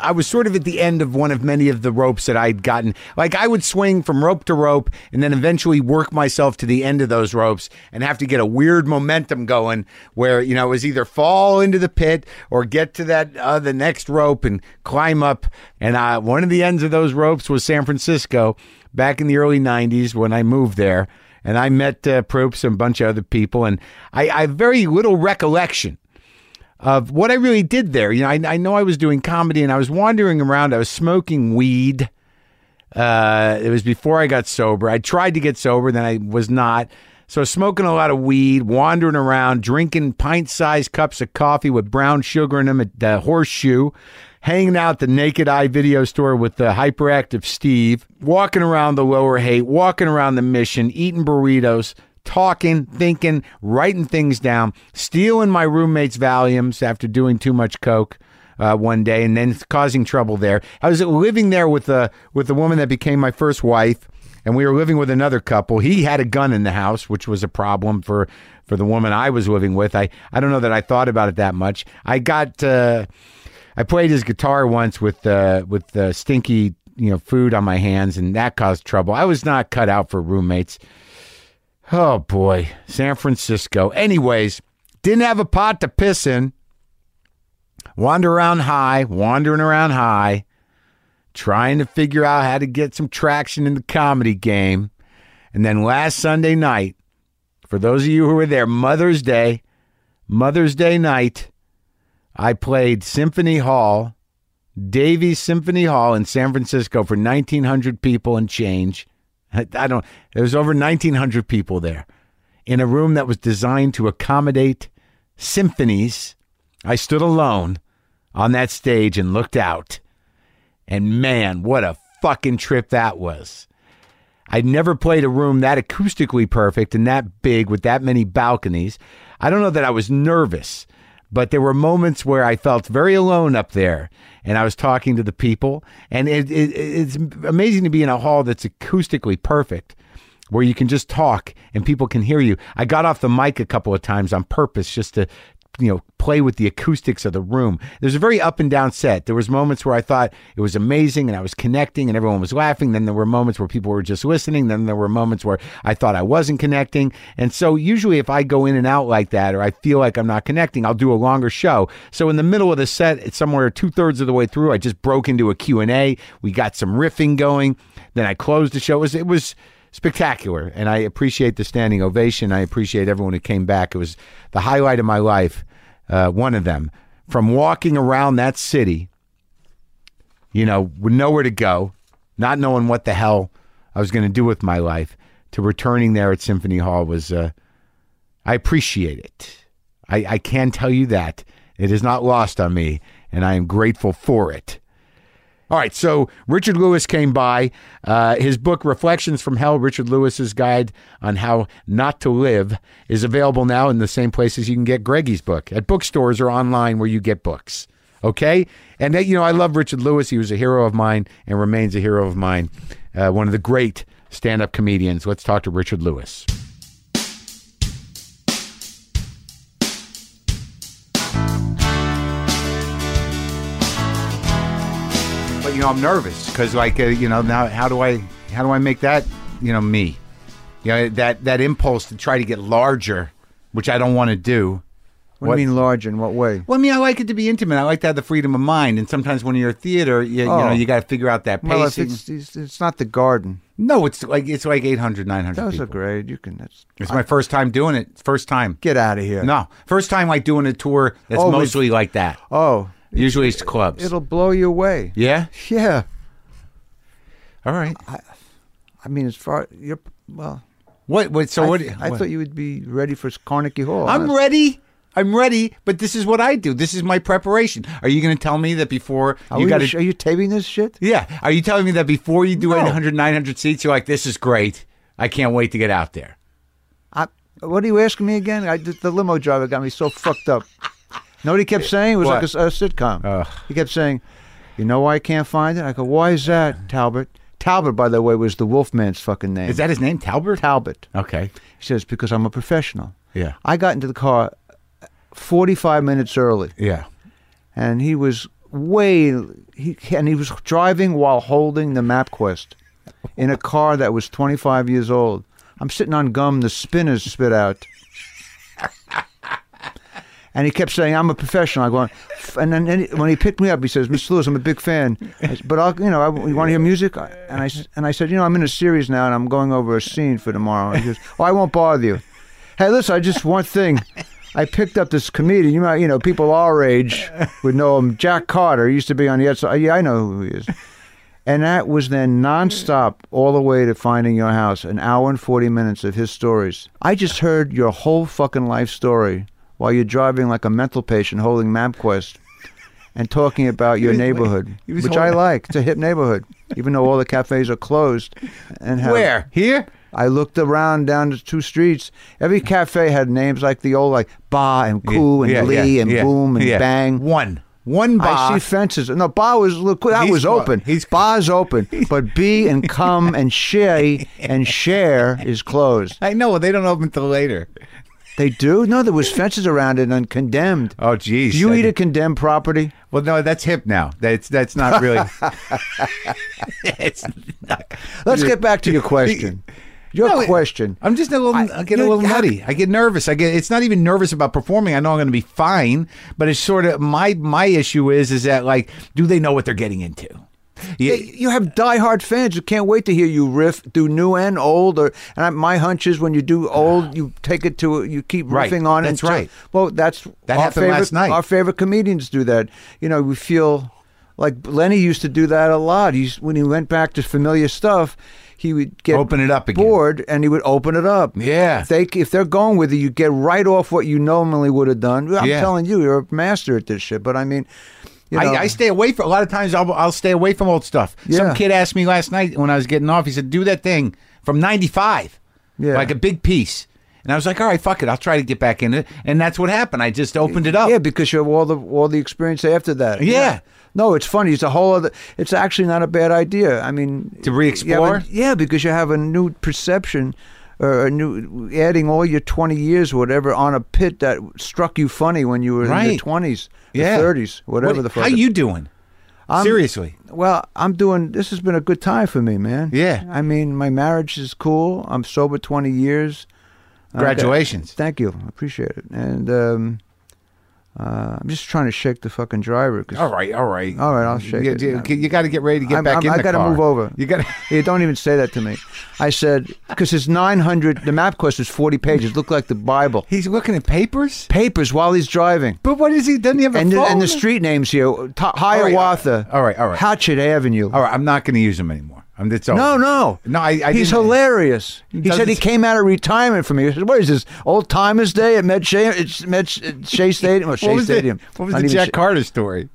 I was sort of at the end of one of many of the ropes that I'd gotten. Like, I would swing from rope to rope and then eventually work myself to the end of those ropes and have to get a weird momentum going where, you know, it was either fall into the pit or get to that, uh, the next rope and climb up. And I, one of the ends of those ropes was San Francisco back in the early 90s when I moved there. And I met uh, Proops and a bunch of other people, and I, I have very little recollection of what I really did there. You know, I, I know I was doing comedy, and I was wandering around. I was smoking weed. Uh, it was before I got sober. I tried to get sober, then I was not. So smoking a lot of weed, wandering around, drinking pint-sized cups of coffee with brown sugar in them at the Horseshoe, hanging out at the Naked Eye video store with the hyperactive Steve, walking around the Lower Haight, walking around the Mission, eating burritos, talking, thinking, writing things down, stealing my roommate's Valiums after doing too much coke uh, one day and then causing trouble there. I was living there with a with the woman that became my first wife, and we were living with another couple. He had a gun in the house, which was a problem for for the woman I was living with. I I don't know that I thought about it that much. I got. Uh, I played his guitar once with uh, with uh, stinky you know food on my hands, and that caused trouble. I was not cut out for roommates. Oh boy, San Francisco. Anyways, didn't have a pot to piss in. Wander around high, wandering around high, trying to figure out how to get some traction in the comedy game. And then last Sunday night, for those of you who were there, Mother's Day, Mother's Day night, I played Symphony Hall, Davies Symphony Hall in San Francisco for 1,900 people and change. I I don't, there was over 1,900 people there in a room that was designed to accommodate symphonies. I stood alone on that stage and looked out. And man, what a fucking trip that was. I'd never played a room that acoustically perfect and that big with that many balconies. I don't know that I was nervous, but there were moments where I felt very alone up there and I was talking to the people. And it, it, it's amazing to be in a hall that's acoustically perfect where you can just talk and people can hear you. I got off the mic a couple of times on purpose just to you know play with the acoustics of the room. There's a very up and down set. There was moments where I thought it was amazing and I was connecting and everyone was laughing, then there were moments where people were just listening, then there were moments where I thought I wasn't connecting. And so usually if I go in and out like that or I feel like I'm not connecting, I'll do a longer show. So in the middle of the set, it's somewhere two-thirds of the way through, I just broke into a Q&A. We got some riffing going. Then I closed the show. It was, it was spectacular. And I appreciate the standing ovation. I appreciate everyone who came back. It was the highlight of my life, uh, one of them. From walking around that city, you know, with nowhere to go, not knowing what the hell I was going to do with my life, to returning there at Symphony Hall was, uh, I appreciate it. I, I can tell you that. It is not lost on me, and I am grateful for it. All right, so Richard Lewis came by. Uh, his book, Reflections from Hell Richard Lewis's Guide on How Not to Live, is available now in the same places you can get Greggy's book at bookstores or online where you get books. Okay? And, that, you know, I love Richard Lewis. He was a hero of mine and remains a hero of mine. Uh, one of the great stand up comedians. Let's talk to Richard Lewis. But you know, I'm nervous because, like, uh, you know, now how do I how do I make that you know me? You know that that impulse to try to get larger, which I don't want to do.
What, do you mean large in what way?
Well, I mean, I like it to be intimate. I like to have the freedom of mind. And sometimes when you're a theater, you, you
Oh.
know, you got to figure out that
Well, if
pacing.
it's, it's it's not the garden.
no, it's like it's like 800, 900
Those
people.
are great. You can that's,
It's my first time doing it. First time.
get out of here.
No, first time like doing a tour that's
Oh, with-
mostly like that.
Oh,
Usually it's clubs.
It'll blow you away.
yeah.
Yeah.
All right.
I mean, as far you're well.
What? What? So
I,
what?
I
what?
thought you would be ready for Carnegie Hall.
I'm
Huh?
ready. I'm ready. But this is what I do. This is my preparation. Are you going to tell me that before
Are,
you
we-
got
are you taping this shit?
Yeah. Are you telling me that before you do
No.
800, 900 seats, you're like, this is great. I can't wait to get out there.
I, what are you asking me again? I, the limo driver got me so fucked up. Know what he kept saying? It was
What?
like a s- a, sitcom. He kept saying, "You know why I can't find it?" I go, "Why is that, Talbot?" Talbot, by the way, was the Wolfman's fucking name.
Is that his name, Talbert?
Talbot?
okay.
He says, "Because I'm a professional."
Yeah.
I got into the car 45 minutes early,
Yeah.
and he was way he and he was driving while holding the MapQuest in a car that was 25 years old. I'm sitting on gum the spinners spit out. And he kept saying, "I'm a professional." I go, "F-" and then, then he- when he picked me up, he says, "Mr. Lewis, I'm a big fan, I s- but I'll, you know, I, you want to hear music?" I- And I s- and I said, "You know, I'm in a series now, and I'm going over a scene for tomorrow." And he goes, "Oh, I won't bother you." Hey, listen, I just one thing. I picked up this comedian. You might, you know, people our age would know him. Jack Carter He used to be on the outside. Yeah, I know who he is. And that was then nonstop all the way to finding your house, an hour and 40 minutes of his stories. I just heard your whole fucking life story while you're driving like a mental patient holding MapQuest and talking about your neighborhood,
he was
which I
holding-
like. It's a hip neighborhood, even though all the cafes are closed. And have,
Where? Here?
I looked around down the two streets. Every cafe had names like the old, like Ba and Koo and
Yeah,
Lee
yeah,
and
yeah,
Boom and
yeah.
Bang.
One. One bar.
I see fences. No, bar was look that
He's
was
clo-
open.
he's-
bar's open, but B and come and shay and share is closed.
I know. They don't open till later.
They do? No, there was fences around it and condemned.
Oh, geez.
do you
I
eat
did-
a condemned property?
Well, no, that's hip now. That's that's not really. it's not-
Let's get back to your question. Your
No, it-
question.
I'm just a little. I, get a
you-
little
how-
nutty. I get nervous. I get. It's not even nervous about performing. I know I'm going to be fine, but it's sort of my my issue is is that like, do they know what they're getting into? Yeah,
You have diehard fans who can't wait to hear you riff, do new and old. Or and I, my hunch is when you do old, you take it to you keep
Ah. Right.
riffing on it.
That's
until-
right.
Well, that's
That
our
happened
favorite,
last night.
Our favorite comedians do that. You know, we feel like Lenny used to do that a lot. He's when he went back to familiar stuff. He would get
Open it up again.
bored, and he would open it up.
Yeah.
if they if they're going with it, you get right off what you normally would have done. I'm
Yeah.
telling you, you're a master at this shit. But I mean, you know,
I, I stay away from a lot of times. I'll, I'll stay away from old stuff.
Yeah.
Some kid asked me last night when I was getting off. He said, "Do that thing from '95,
Yeah.
like a big piece." And I was like, "All right, fuck it. I'll try to get back in it." And that's what happened. I just opened it up.
Yeah, because you have all the all the experience after that.
Oh. Yeah.
No, it's funny. It's a whole other. It's actually not a bad idea. I mean,
To re-explore?
you have a- yeah, because you have a new perception, or a new adding all your twenty years, or whatever, on a pit that struck you funny when you were in your
Right.
twenties,
Yeah.
thirties, whatever
What-
the fuck.
How
it-
you doing?
I'm-
Seriously.
Well, I'm doing. This has been a good time for me, man.
Yeah.
I mean, my marriage is cool. I'm sober twenty years.
Congratulations.
Thank you. I appreciate it. And um, uh, I'm just trying to shake the fucking driver. 'cause-
All right, all right,
All right, I'll shake
you,
it.
You, got to get ready to get
I'm-
back
I'm-
in
I
the
gotta
car.
move over.
You got to.
Yeah, don't even say that to me. I said because it's 900. The map quest is 40 pages. Look like the Bible.
He's looking at papers.
Papers while he's driving.
But what is he? Doesn't he have a
And the,
phone?
and the street names here: Ta Hiawatha.
all right, all right.
Hatchet Avenue.
All right, I'm not going to use him anymore. I'm. That's all.
No, no,
no. I. I
he's
didn't-
hilarious. He said he
Doesn't-
came out of retirement from here. He said, "What is this old timers day at Med Shea, it's Med it's Shea Stadium?" Or Shea
What was
Stadium.
the, what was
Not
the
even
Jack
Shea-
Carter story?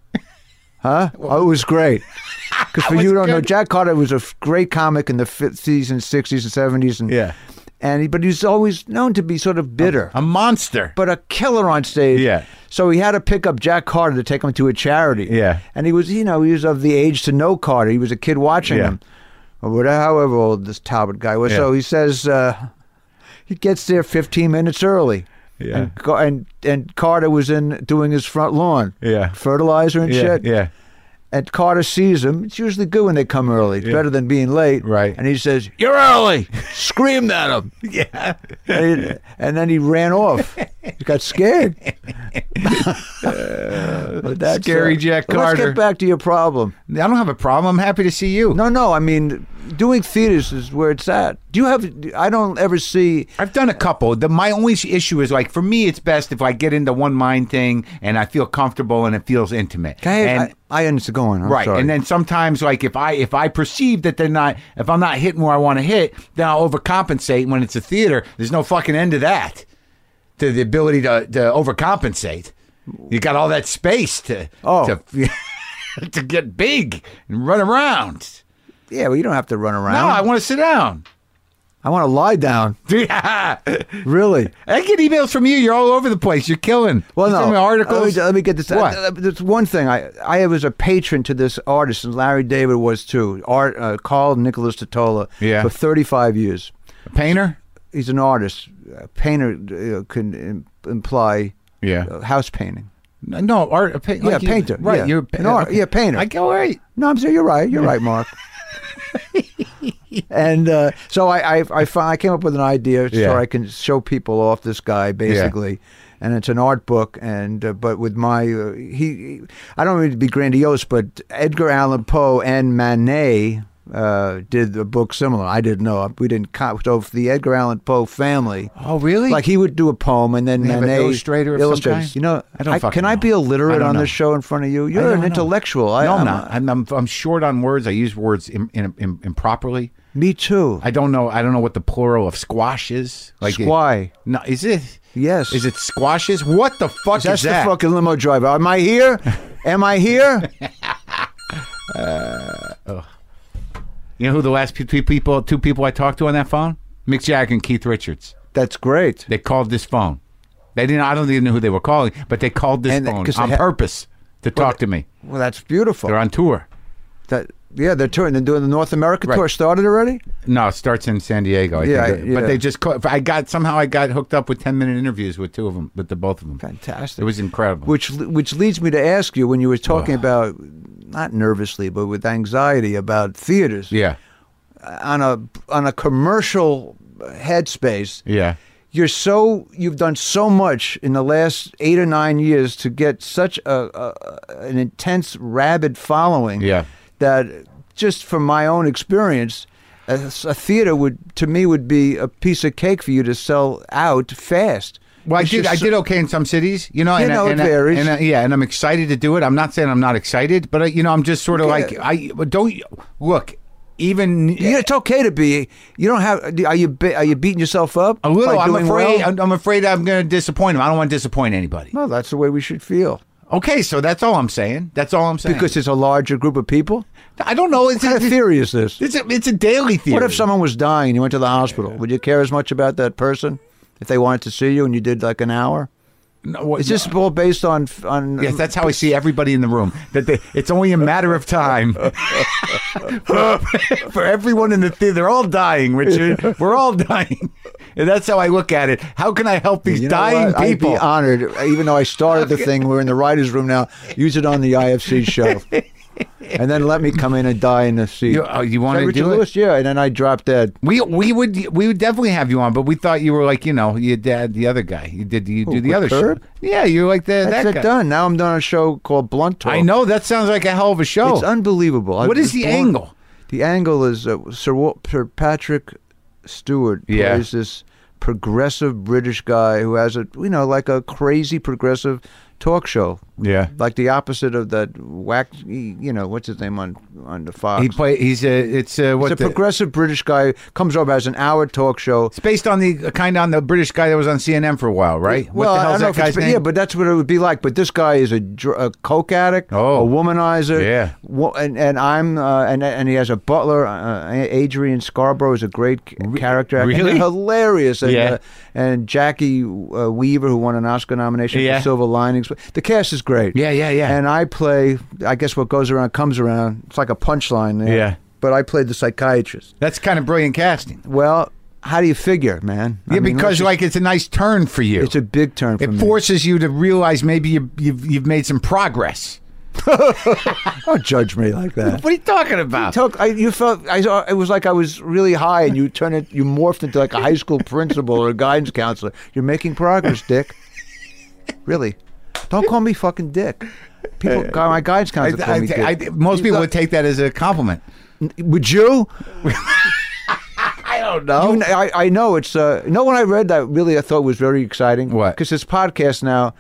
Huh? Oh, it was great. Because for
was
you who don't know,
good.
Jack Carter was a f- great comic in the fifties and sixties and seventies, and
Yeah.
and he, but he's always known to be sort of bitter,
A monster.
but a killer on stage.
Yeah.
So he had to pick up Jack Carter to take him to a charity.
Yeah.
And he was, you know, he was of the age to know Carter. He was a kid watching
Yeah.
him, or whatever, however old this Talbot guy was.
Yeah.
So he says uh, he gets there fifteen minutes early.
Yeah.
And, Ca- and and Carter was in doing his front lawn.
Yeah.
Fertilizer and
yeah,
shit
yeah.
and Carter sees him. It's usually good when they come early. It's better than being late.
Right.
And he says, "You're early!" Screamed at him.
Yeah.
And, he- and then he ran off. He got scared. But that's,
Uh,
uh,
Scary Jack
Let's
Carter.
get back to your problem.
I don't have a problem. I'm happy to see you.
No, no. I mean, doing theaters is where it's at. Do you have? I don't ever see.
I've done a couple. The, my only issue is like for me, it's best if I get into one mind thing and I feel comfortable and it feels intimate.
Can I,
and,
I, I understand going. I'm
right,
sorry.
and then sometimes like if I if I perceive that they're not if I'm not hitting where I want to hit, then I'll overcompensate. When it's a theater, there's no fucking end to that, to the ability to to overcompensate. You got all that space to
Oh.
to, to get big and run around.
yeah, well, you don't have to run around.
No, I want to sit down.
I want to lie down.
Yeah.
Really.
I get emails from you. You're all over the place. You're killing.
Well,
you
no.
send me articles.
Let me, let me get this.
What?
Uh, there's one thing. I I was a patron to this artist, and Larry David was too. Art uh, Carl Nicholas Totola.
Yeah.
For 35 years,
Painter.
he's an artist. A painter uh, can im- imply
Yeah.
uh, house painting.
No, art. A paint,
Yeah,
like you-
painter,
Right.
yeah.
You're a pa-
An art- yeah, painter.
I go right.
No, I'm saying you're right. You're right, Mark. and uh, so I I, I, fi- I came up with an idea
Yeah.
so I can show people off this guy basically, and it's an art book and uh, but with my uh, he I don't mean to be grandiose, but Edgar Allan Poe and Manet. Uh, did a book similar? I didn't know. We didn't. Co- so for the Edgar Allan Poe family.
Oh, really?
Like he would do a poem and then
They have an
Manet
illustrator of some
illustrates.
kind?
You know,
I don't fucking
can I
know.
be
I
illiterate
don't
on
know.
this show in front of you?
I
You're
don't
an
know.
intellectual.
No,
I,
I'm
I'm
not.
a-
I'm, I'm I'm short on words. I use words im in, im improperly.
Me too.
I don't know. I don't know what the plural of squash is. Like it-
Squy.
no, is it?
Yes.
Is it squashes? What the fuck
That's
is that?
the fucking limo driver. Am I here? Am I here?
you know who the last pe- pe- people, two people I talked to on that phone? Mick Jagger and Keith Richards.
That's great.
They called this phone. They didn't. I don't even know who they were calling, but they called this
And-
phone
'cause they
on
ha-
purpose to talk to me.
Well, that's beautiful.
They're on tour.
That, yeah, they're touring. They're doing the North America
Right.
tour. Started already?
No, it starts in San Diego. I
Yeah,
think.
yeah.
but they just. Call, I got somehow I got hooked up with ten minute interviews with two of them, with the both of them.
Fantastic.
It was incredible.
Which which leads me to ask you when you were talking about not nervously but with anxiety about theaters
yeah,
on a on a commercial headspace.
yeah.
you're so you've done so much in the last eight or nine years to get such a, a an intense rabid following
Yeah.
that just from my own experience a, a theater would to me would be a piece of cake for you to sell out fast
Well, I
It's
did.
just
I
so-
did okay in some cities, you know.
You
and I-
know, it
and I-
varies.
and I- yeah, and I'm excited to do it. I'm not saying I'm not excited, but I, you know, I'm just sort of like I but don't look. Even
Yeah, it's okay to be you don't have are you be- are you beating yourself up
a little,
by
I'm
doing
afraid.
well?
I'm, I'm afraid I'm going to disappoint him. I don't want to disappoint anybody.
well that's the way we should feel
Okay, so that's all I'm saying. That's all I'm saying.
because it's a larger group of people
I don't know. It's
what kind
a,
of theory is this
it's a it's a daily theory.
What if someone was dying? You went to the hospital. Would you care as much about that person if they wanted to see you and you did like an hour?
No, what-
It's just all based on on.
Yes, that's how I see everybody in the room. That they, it's only a matter of time for everyone in the theater. They're all dying, Richard. We're all dying, and that's how I look at it. How can I help these
You know
dying
what? I'd
people?
be honored, even though I started the thing. We're in the writers' room now. Use it on the IFC show, and then let me come in and die in the seat.
You- oh, you
Is that
wanna
Richard
do it?
Lewis? Yeah, and then I drop dead.
we we would we would definitely have you on, but we thought you were like you know your dad, the other guy. You did you do the
with
other
Curb?
show? Yeah, you're like the,
That's
that
it
guy.
done. Now I'm doing a show called Blunt Talk.
I know that sounds like a hell of a show.
It's unbelievable. I-
What is
it's
the
boring.
angle?
The angle is uh, Sir, Wa- Sir Patrick Stewart
Yeah.
plays this progressive British guy who has a you know like a crazy progressive talk show.
Yeah.
like the opposite of that whack. You know what's his name on on the Fox.
He play. He's a. It's a. What
it's a
the-
progressive British guy comes over has an hour talk show.
It's based on the kind of on the British guy that was on CNN for a while, right?
well,
what the
I
hell's
don't know
that
if it's-
guy's
but
name?
Yeah, but that's what it would be like. But this guy is a, dr- a coke addict,
Oh.
a womanizer.
Yeah.
wo- and, and I'm uh, and and he has a butler. Uh, Adrian Scarborough is a great c- character, actor.
really?
And hilarious. And,
Yeah.
uh, and Jackie uh, Weaver, who won an Oscar nomination
Yeah.
for Silver Linings. The cast is great.
Yeah, yeah, yeah.
And I play. I guess what goes around comes around. It's like a punchline. There.
Yeah.
But I played the psychiatrist.
That's kind of brilliant casting.
Well, how do you figure, man? I
Yeah,
mean,
because
let's
like it's a nice turn for you.
just- it's a big turn. for
it
me.
forces you to realize maybe you, you've you've made some progress.
Don't judge me like that.
What are you talking about?
Took, I, you felt I saw it was like I was really high, and you turned it, you morphed into like a high school principal or a guidance counselor. You're making progress, Dick. Really, don't call me fucking Dick. People, God, my guides
I,
counted for me.
I,
dude.
I, most people would take that as a compliment.
Would you?
I don't know.
You kn- I, I know it's. Uh, you know when I read that, really, I thought was very exciting.
What?
Because it's podcast now.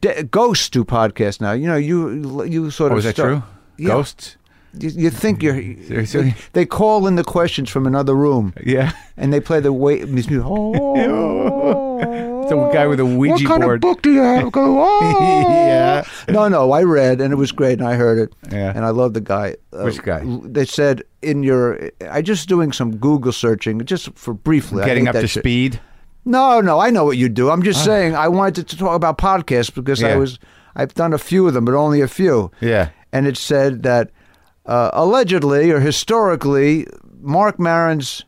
De- ghosts do podcast now. You know, you you sort
oh,
of.
is that
start-
true?
Yeah.
Ghosts?
You, you think you're.
Seriously?
They, they call in the questions from another room,
Yeah.
and they play the way. This music. Oh.
It's a guy with a Ouija
what kind
board.
of book do you have? Go, oh.
Yeah.
No, no, I read and it was great and I heard it.
Yeah.
And I love the guy. Uh,
Which guy?
They said in your. I just doing some Google searching just for briefly. I
Getting
think
up to
that's it.
speed.
No, no, I know what you do. I'm just saying I wanted to talk about podcasts because
Ah. Yeah.
I was I've done a few of them, but only a few.
Yeah.
And it said that uh, allegedly or historically, Mark Maron's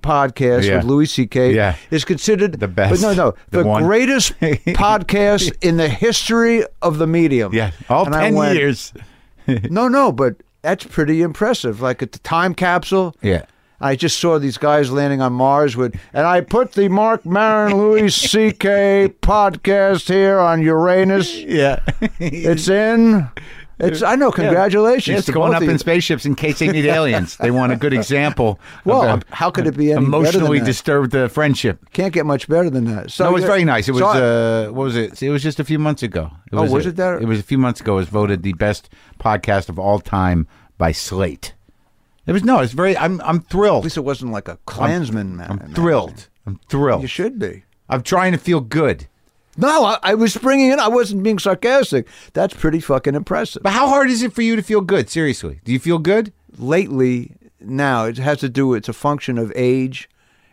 podcast
Yeah.
with Louis C.K.
Yeah.
is considered
The best.
But no, no,
The
the,
one.
greatest podcast in the history of the medium.
Yeah. All
And I
10
went,
years.
No, no, but that's pretty impressive. Like at the time capsule.
Yeah.
I just saw these guys landing on Mars with, and I put the Mark Maron Louis C.K. podcast here on Uranus.
Yeah.
It's in. It's I know. Congratulations.
It's
to
going
both
up
of
in
you.
spaceships in case they need aliens. They want a good example.
Well,
of a-
um, how could it be any better than
emotionally
that?
disturbed uh, friendship?
Can't get much better than that. So
no, it was
yeah.
very nice. It was
So I-
uh, what was it? It was just a few months ago. It
Oh, was it that-
It was a few months ago. It was voted the best podcast of all time by Slate. It was no. It's very. I'm I'm
at
thrilled.
least it wasn't like a Klansman man.
I'm
man.
thrilled. I'm thrilled.
You should be.
I'm trying to feel good.
No, I, I was bringing it. I wasn't being sarcastic. That's pretty fucking impressive.
But how hard is it for you to feel good? Seriously, do you feel good?
lately now it has to do it's a function of age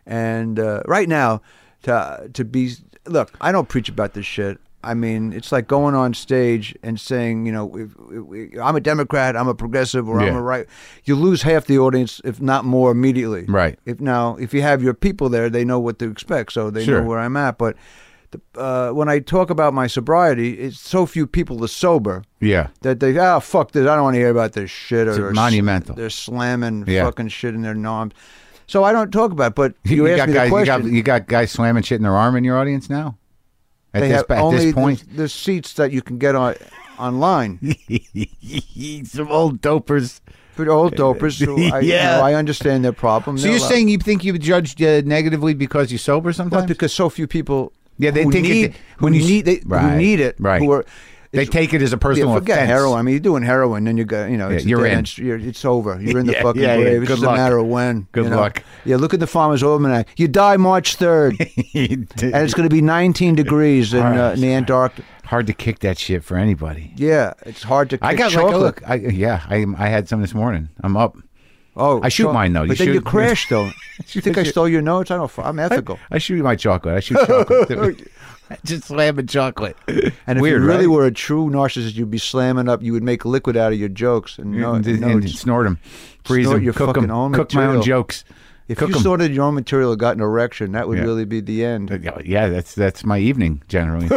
and uh, right now to to be look i don't preach about this shit i mean it's like going on stage and saying you know if, if- i'm a democrat i'm a progressive or i'm
Yeah.
a right you lose half the audience if not more immediately
Right.
if now if you have your people there they know what to expect so they
Sure.
know where i'm at but the, uh, when i talk about my sobriety it's so few people are sober
Yeah.
that they ah fuck this. I don't want to hear about this shit. Or they're
monumental.
They're slamming
Yeah.
fucking shit in their noms. So I don't talk about. It, but you, asked
got
me
guys,
the
you
question.
got you got guys slamming shit in their arm in your audience now. At
they
this
have
at
only
this point,
the, the seats that you can get on online
some old dopers.
for old dopers. Who I, you
Yeah.
know, I understand their problem.
So
They're
you're
allowed-
saying you think you judged uh, negatively because you're sober sometimes?
But because so few people.
Yeah, they
who
think it-
need,
when
who
you s-
need they, who
Right,
need it.
right.
Who are
they
it's-
take it as a
Yeah,
personal
forget
offense.
heroin. I mean, you're doing heroin, then you got you know,
Yeah,
it's a
you're
dead
in.
end st- You're, it's over. You're in the
Yeah,
fucking
yeah, yeah.
grave.
Good
It's just
luck.
a matter of when.
Good
you know?
luck.
Yeah, look at the farmer's almanac. You die March third, and it's going to be 19 degrees in, uh, in the Antarctic.
Hard to kick that shit for anybody.
Yeah, it's hard to.
I
kick
got like,
chocolate.
oh, look, I, yeah, I I had some this morning. I'm up.
Oh,
I shoot
chocolate.
mine, though. You
But then
shoot-
you crash though. you think I stole your notes? I don't. f- I'm ethical.
I shoot my chocolate. I shoot chocolate. I Just slamming chocolate.
And if
Weird,
you really
right?
were a true narcissist, you'd be slamming up. You would make liquid out of your jokes and, no,
Mm, and, and,
notes.
snort them, freeze
Snort
them,
your
cook
fucking
them,
own
cook my own
material.
jokes.
If
cook
you
'em.
sorted your own material, and got an erection, that would
Yeah.
really be the end.
yeah, that's that's my evening generally.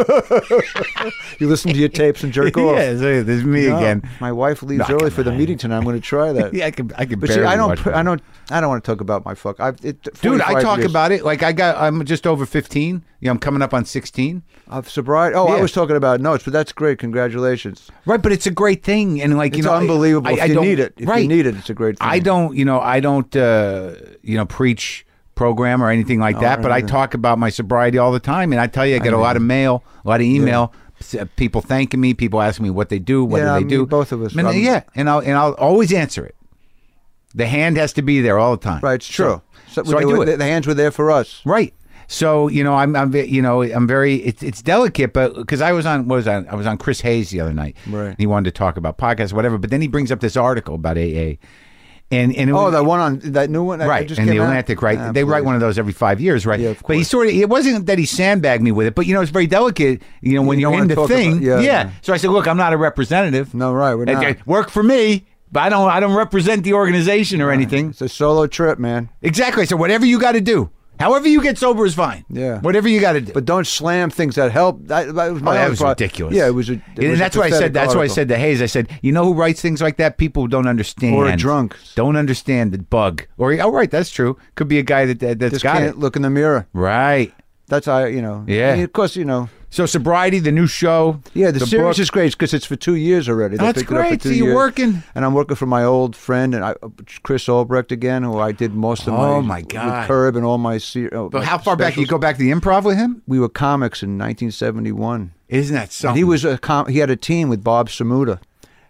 You listen to your tapes and jerk off.
yeah, so there's me
No,
again.
My wife leaves
No,
early
come
for the
on.
meeting tonight. I'm going to try that.
Yeah, I can I can
but see,
barely
I don't.
watch
pr-
that.
I don't. I don't want to talk about my fuck. I've, it,
Dude, I
45
talk
years
about it like I got. I'm just over 15. Yeah, I'm coming up on 16.
of sobriety. Oh,
Yeah.
I was talking about notes, but that's great. Congratulations.
Right, but it's a great thing, and like you
It's
know,
unbelievable. If you
don't-
need it- if you
right.
need it, it's a great
I
thing.
don't, you know, I don't, uh, you know, preach program or anything like that. But I talk about my sobriety all the time, and I tell you, I get a lot of mail, a lot of email. s- uh, People thanking me, people asking me what they do, what
Yeah, I
do they
mean,
do.
both of us,
And,
I'm-
yeah, and I'll and I'll always answer it. The hand has to be there all the time.
Right, it's true.
So,
we-
so I
they
do
were-
it.
The, the hands were there for us.
Right. So you know, I'm, I'm, ve- you know, I'm very. It's, it's delicate, but because I was on, what was I? I was on Chris Hayes the other night.
Right.
And he wanted to talk about podcasts, whatever. But then he brings up this article about AA, and and it
Oh,
was,
that one on that new one. that
right
just
in
came
the
out?
Atlantic, right?
Ah,
they write
please.
one of those every five years, right?
Yeah, of
but he
course.
sort of. It wasn't that he sandbagged me with it, but you know, it's very delicate. You know, when
You
you're
don't
in the
wanna talk
thing,
about- yeah, yeah.
So I said, look, I'm not a representative.
No, right, we're
It-
not.
it worked for me, but I don't. I don't represent the organization or anything.
It's a solo trip, man.
Exactly. So whatever you got to do, however you get sober is fine.
Yeah.
Whatever you got to do.
But don't slam things that help. That, that was,
Oh,
my
that
only
was
pro-
ridiculous.
Yeah, it was. A, it
and
was a
that's why I
pathetic
said. That's why I
article.
said to Hayes. I said, you know who writes things like that? People who don't understand
Or are drunk.
Don't understand the bug. Or oh, right, that's true. Could be a guy that, that has
Just
got
can't
it.
look in the mirror.
Right.
That's I, you know.
Yeah.
I mean, of course, you know.
So sobriety, the new show.
Yeah, the, series
book.
is great because it's for two years already. They
That's
picked it up for
great. So
two
you're
years.
working.
and I'm working for my old friend and I, Chris Albrecht again, who I did most of my.
Oh, my
With
God.
Curb and all my. Se- oh,
But
my
how far back
specials.
you go back to the improv with him?
We were comics in 1971.
Isn't that something?
And he was a com- he had a team with Bob Samuda.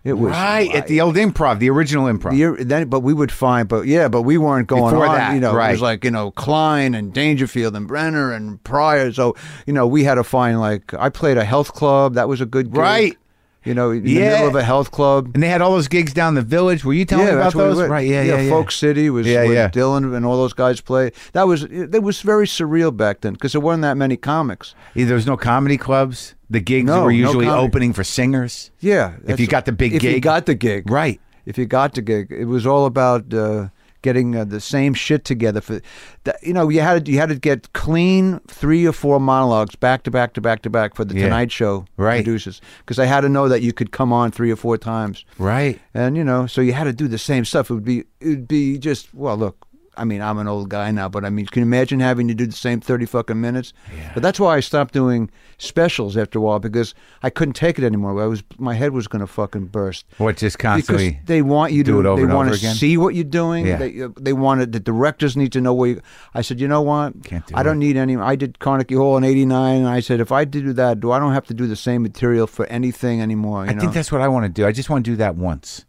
It was
right at the old improv, the original improv.
Year, then, but we would find, but yeah, but we weren't going
Before
on.
that,
you know, it
right.
was like you know Klein and Dangerfield and Brenner and Pryor. So you know, we had to find like I played a health club. That was a good gig.
Right.
You know, in the
Yeah.
middle of a health club.
and they had all those gigs down the village. Were you telling me about
that's where we
those?
went.
right? Yeah, yeah, yeah.
Folk City was
Yeah,
where
yeah.
Dylan and all those guys played. That was it was very surreal back then because there weren't that many comics.
Yeah, there was no comedy clubs. The gigs
No,
were
no
usually
comedy.
opening for singers.
Yeah,
If
that's-
you got the big
if you
gig.
got the gig,
Right.
If you got the gig, it was all about uh, getting uh, the same shit together. For that, you know, you had you had to get clean three or four monologues back to back to back to back for the
Yeah.
Tonight Show
Right.
producers because I had to know that you could come on three or four times,
Right.
and you know, so you had to do the same stuff. It would be it would be just well, look. I mean, I'm an old guy now, but I mean, can you imagine having to do the same 30 fucking minutes? But that's why I stopped doing specials after a while because I couldn't take it anymore. I was my head was going to fucking burst.
What just
Because
constantly
they want you
do
to,
it over
they
and
want
over
to
again?
see what you're doing.
Yeah.
They, uh, they want to, the directors need to know where you. I said, you know what?
Can't do
I don't need any. I did Carnegie Hall in '89, and I said, if I do that, do I don't have to do the same material for anything anymore? You
I
know?
think that's what I want to do. I just want to do that once.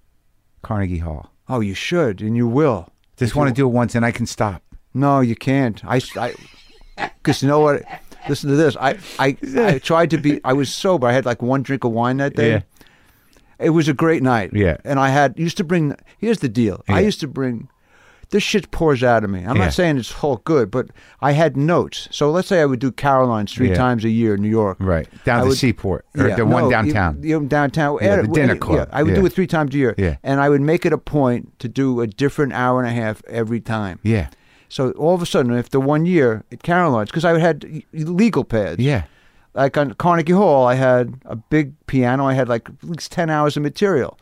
Carnegie Hall.
oh, you should, and you will.
Just want to do it once and I can stop.
No, you can't. I, because you know what? Listen to this. I, I, I tried to be. I was sober. I had like one drink of wine that day.
Yeah.
It was a great night.
Yeah.
And I had used to bring. Here's the deal. I
Yeah.
used to bring. This shit pours out of me. I'm
Yeah.
not saying it's all good, but I had notes. So let's say I would do Caroline's three
Yeah.
times a year in New York.
Right. Down
I
the
would-
seaport. Or
yeah,
the
no,
one
you-
downtown.
you know, downtown.
Yeah, the
Ed-
dinner
yeah,
club.
I would
Yeah.
do it three times a year.
Yeah.
And I would make it a point to do a different hour and a half every time.
yeah.
So all of a sudden, after one year at Caroline's, because I had y- legal pads.
Yeah.
Like on Carnegie Hall, I had a big piano. I had like at least 10 hours of material.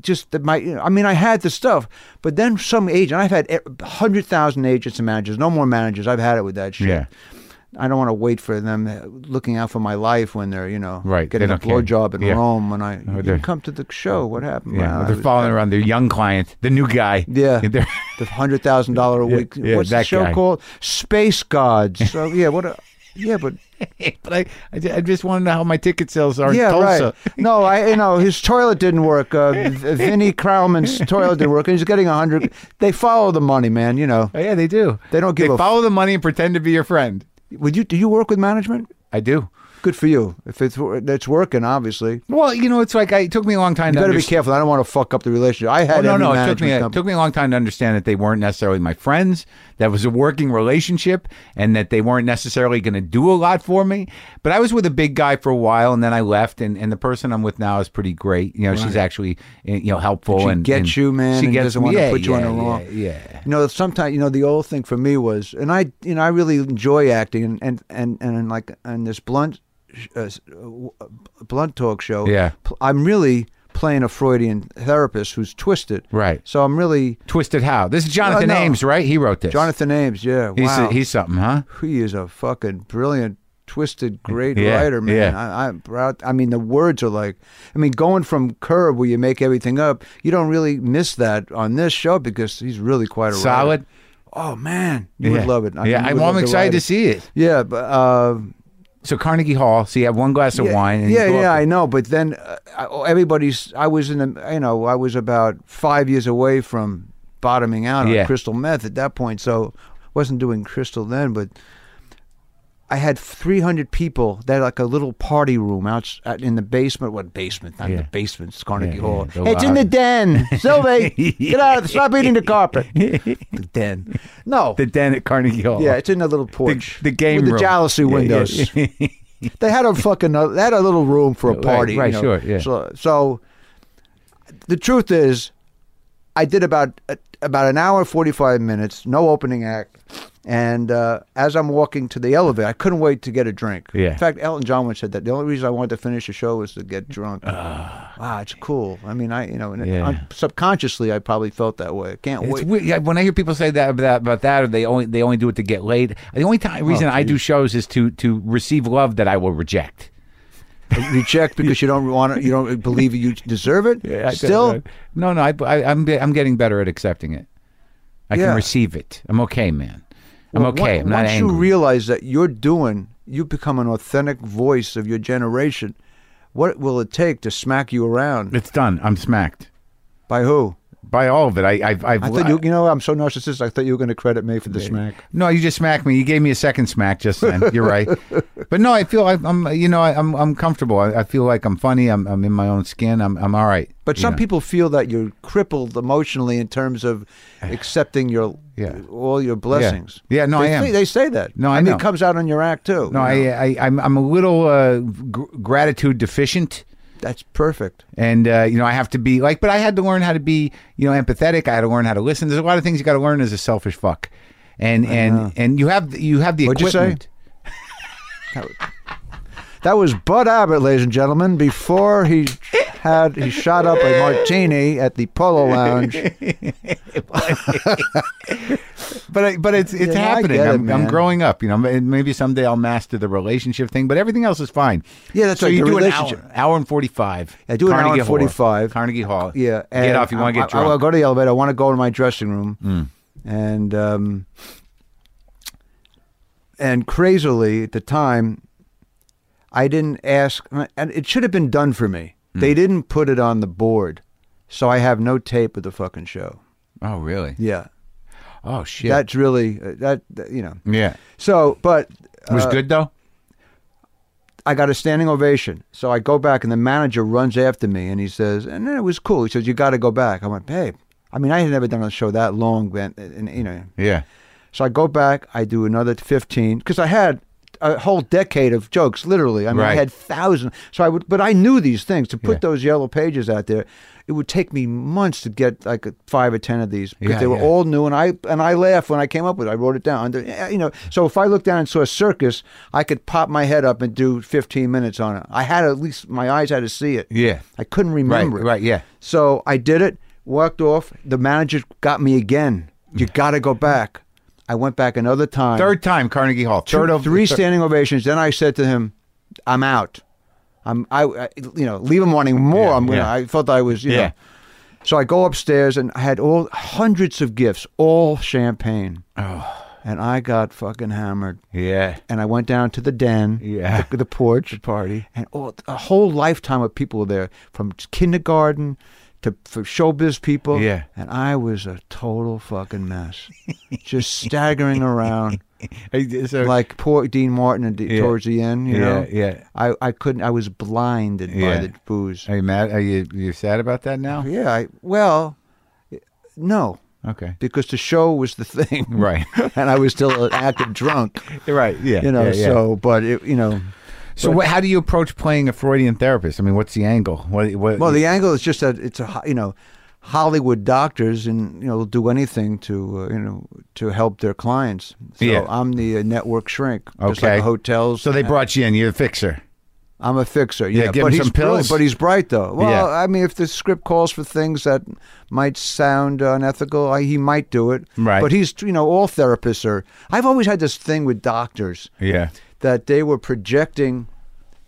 Just that my, you know, I mean, I had the stuff, but then some agent, I've had 100,000 agents and managers, no more managers. I've had it with that shit.
Yeah.
I don't want to wait for them uh, looking out for my life when they're, you know,
Right, they
getting a
don't care.
blowjob in
Yeah.
Rome. When I
Oh,
you
they're-
come to the show, what happened?
Yeah.
Well, I
they're
was-
following around their young client, the new guy.
yeah,
They're-
the hundred thousand dollar a
Yeah,
week.
yeah,
What's the
that
show
guy.
called? Space Gods. So yeah, what? A, yeah, but
but I, I, ju- I just want to know how my ticket sales are
yeah,
in Tulsa.
right. No, I you know his toilet didn't work. Uh, V- Vinny Krauman's toilet didn't work, and he's getting a hundred. They follow the money, man. You know,
Oh, yeah, they do.
They don't give
They
a-
follow the money and pretend to be your friend.
would you do you work with management?
I do.
Good for you. If it's that's working, obviously.
Well, you know, it's like I, it took me a long time
You
to
better be
understand.
careful. I don't want to fuck up the relationship. I
Oh,
had
no,
every
no. It took
management
me, a,
company.
took me a long time to understand that they weren't necessarily my friends. That was a working relationship and that they weren't necessarily going to do a lot for me. But I was with a big guy for a while and then I left. And, and the person I'm with now is pretty great. You know, she's actually, eh, you know, helpful.
She
and
gets
and
you, man.
She
and
gets
doesn't
me.
want
Yeah,
to put you on
yeah,
the wrong.
Yeah. yeah.
You know, sometimes you know the old thing for me was, and I, you know, I really enjoy acting, and and and, and like on this blunt, sh- uh, s- uh, w- uh, blunt talk show.
Yeah.
pl- I'm really playing a Freudian therapist who's twisted.
Right.
So I'm really
Twisted How. This is Jonathan
Uh, no.
Ames, right? He wrote this.
Jonathan Ames. Yeah.
He's,
wow.
he's something, huh?
he is a fucking brilliant, twisted, great
Yeah,
writer, man.
yeah.
I, I'm proud. I mean, the words are like, I mean, going from Curb where you make everything up, you don't really miss that on this show because he's really quite a
Solid.
Writer. Oh man, you
Yeah.
would love it.
yeah,
I mean, you
I'm,
would
I'm
love the
excited
writing.
to see it.
Yeah, but uh,
So Carnegie Hall. So you have one glass of
yeah,
wine. And you
yeah,
go
yeah,
up
I know. But then uh, I- oh, everybody's. I was in the. You know, I was about five years away from bottoming out
Yeah.
on crystal meth at that point. So wasn't doing crystal then, but I had 300 people. They had like a little party room out out in the basement. What basement? Not
Yeah.
the basement. It's Carnegie
Yeah,
Hall.
yeah, the
it's in the
lobby.
den. Sylvie, get out of. Stop eating the carpet. the den. No.
the den at Carnegie Hall.
Yeah, it's in the little porch.
the game
with
room.
the jealousy
Yeah, yeah,
windows. they had a fucking uh, they had a little room for a
Right,
party.
right,
you know.
sure, yeah.
So, so the truth uh, is, I did about about an hour and forty five minutes, no opening act, And uh, as I'm walking to the elevator, I couldn't wait to get a drink.
Yeah.
In fact, Elton John once said that the only reason I wanted to finish the show was to get drunk.
Ah.
wow, it's cool. I mean, I you know, and it-
Yeah.
un- subconsciously I probably felt that way. I can't
It's
wait.
weird. Yeah, When I hear people say that about, about that, or they only they only do it to get laid. The only time reason
Oh,
I do shows is to to receive love that I will reject.
Reject because you don't want it. You don't believe you deserve it.
I- I-
Still,
no, no. I, I, I'm be- I'm getting better at accepting it. I
Yeah.
can receive it. I'm okay, man. I'm
Well,
okay.
on-
I'm not
once
angry.
you realize that you're doing, you become an authentic voice of your generation. What will it take to smack you around?
It's done. I'm smacked
By who?
by all of it. I, I've, I've
I thought you, you know, I'm so narcissistic. I thought you were going to credit me for the smack.
No, you just smacked me. You gave me a second smack just then. You're right, but no, I feel I, I'm, you know, I, I'm, I'm comfortable. I, I feel like I'm funny. I'm, I'm in my own skin. I'm, I'm all right.
But
you
some
know.
people feel that you're crippled emotionally in terms of accepting your
Yeah.
all your blessings.
Yeah, no,
they
I am.
say, They say that.
No, I
mean,
know.
it comes out on your act too.
No, I,
you know?
I, I'm, I'm a little uh, gr- gratitude deficient.
That's perfect.
And uh, you know, I have to be like, but I had to learn how to be, you know, empathetic. I had to learn how to listen. There's a lot of things you got to learn as a selfish fuck, and and and you have you have the
What'd you say?
equipment.
That was Bud Abbott, ladies and gentlemen, before he had he shot up a martini at the Polo Lounge.
But I, but it's it's
Yeah, I
happening.
get it,
I'm, I'm
man.
growing up. You know, and maybe someday I'll master the relationship thing. But everything else is fine.
Yeah, that's
so
right,
you
the
do an
relationship-
hour, hour and forty five.
I do an hour and 45.
Carnegie Hall.
Yeah, and
get off. You want to
I-
get
I,
drunk? Mm.
I'll go to the elevator. I want to go to my dressing room, and um, and crazily at the time, I didn't ask, and it should have been done for me.
Mm.
They didn't put it on the board, so I have no tape of the fucking show.
oh really?
Yeah,
Oh shit.
that's really uh, that that, you know.
yeah.
So, but
It
uh,
was good though.
I got a standing ovation. So I go back, and the manager runs after me, and he says, and then it was cool. He says, "You got to go back." I went, "Babe." I mean, I had never done a show that long, man, and you know.
Yeah.
So I go back, I do another 15 because I had a whole decade of jokes, literally. I mean, I
Right.
had thousands. So I would, but I knew these things. To put
Yeah.
those yellow pages out there, it would take me months to get like five or ten of these because
Yeah,
they were
yeah.
all new. And I and I laugh when I came up with. it. I wrote it down. And, uh, You know, so if I looked down and saw a circus, I could pop my head up and do 15 minutes on it. I had at least my eyes had to see it.
Yeah.
I couldn't remember.
Right,
it.
right, yeah.
So I did it, walked off. The manager got me again. You got to go back. I went back another time.
Third time Carnegie Hall.
Two-
Third of
three
thir-
standing ovations. Then I said to him, "I'm out. I'm I, I you know leave him wanting more.
Yeah,
I'm gonna.
yeah.
I felt I was you
Yeah.
know. So I go upstairs and I had all hundreds of gifts, all champagne. Oh. And I got fucking hammered.
Yeah.
And I went down to the den,
Yeah.
the, the porch, party, and all, a whole lifetime of people were there, from kindergarten to for showbiz people.
Yeah.
and I was a total fucking mess, just staggering around
Hey, so-
like poor Dean Martin at the,
Yeah.
towards the end. You
Yeah,
know,
yeah.
I, I couldn't. I was blinded
Yeah.
by the booze.
Are you mad? Are you you sad about that now?
yeah. I, well, no,
Okay.
because the show was the thing,
Right.
and I was still an active drunk.
Right. Yeah.
You know.
yeah, yeah.
So, but it, you know.
so what, how do you approach playing a Freudian therapist? I mean, what's the angle? What? what
Well, the angle is just that it's a ho- you know, Hollywood doctors and you know will do anything to uh, you know to help their clients. So
Yeah.
I'm the uh, network shrink. Just
Okay.
like the hotels.
so they brought you in. You're the fixer.
I'm a fixer.
Yeah,
Yeah,
give
but
him
he's
some
brilliant,
pills.
but he's bright though. Well,
Yeah.
I mean, if the script calls for things that might sound unethical, I, he might do it.
Right.
But he's you know all therapists are. I've always had this thing with doctors
Yeah.
that they were projecting.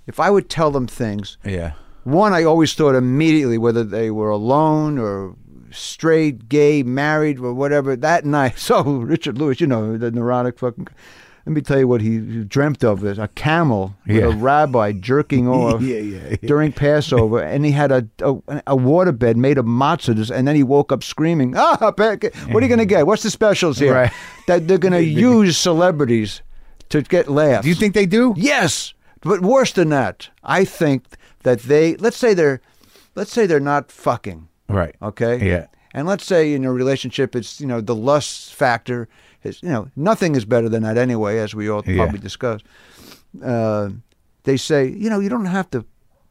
If I would tell them things,
Yeah.
one I always thought immediately whether they were alone or straight, gay, married, or whatever. That night, so Richard Lewis, you know, the neurotic fucking. Let me tell you what he dreamt of: is a camel with
Yeah.
a rabbi jerking off during Passover, and he had a, a a waterbed made of matzahs, and then he woke up screaming, "Ah, back- what are you going to get? What's the specials here?
Right.
That they're going to use celebrities to get laughs."
Do you think they do?
Yes, but worse than that, I think that they let's say they're let's say they're not fucking,
Right.
okay?
Yeah.
And let's say in a relationship, it's you know the lust factor is you know nothing is better than that anyway, as we all
Yeah.
probably discussed. Uh, they say you know you don't have to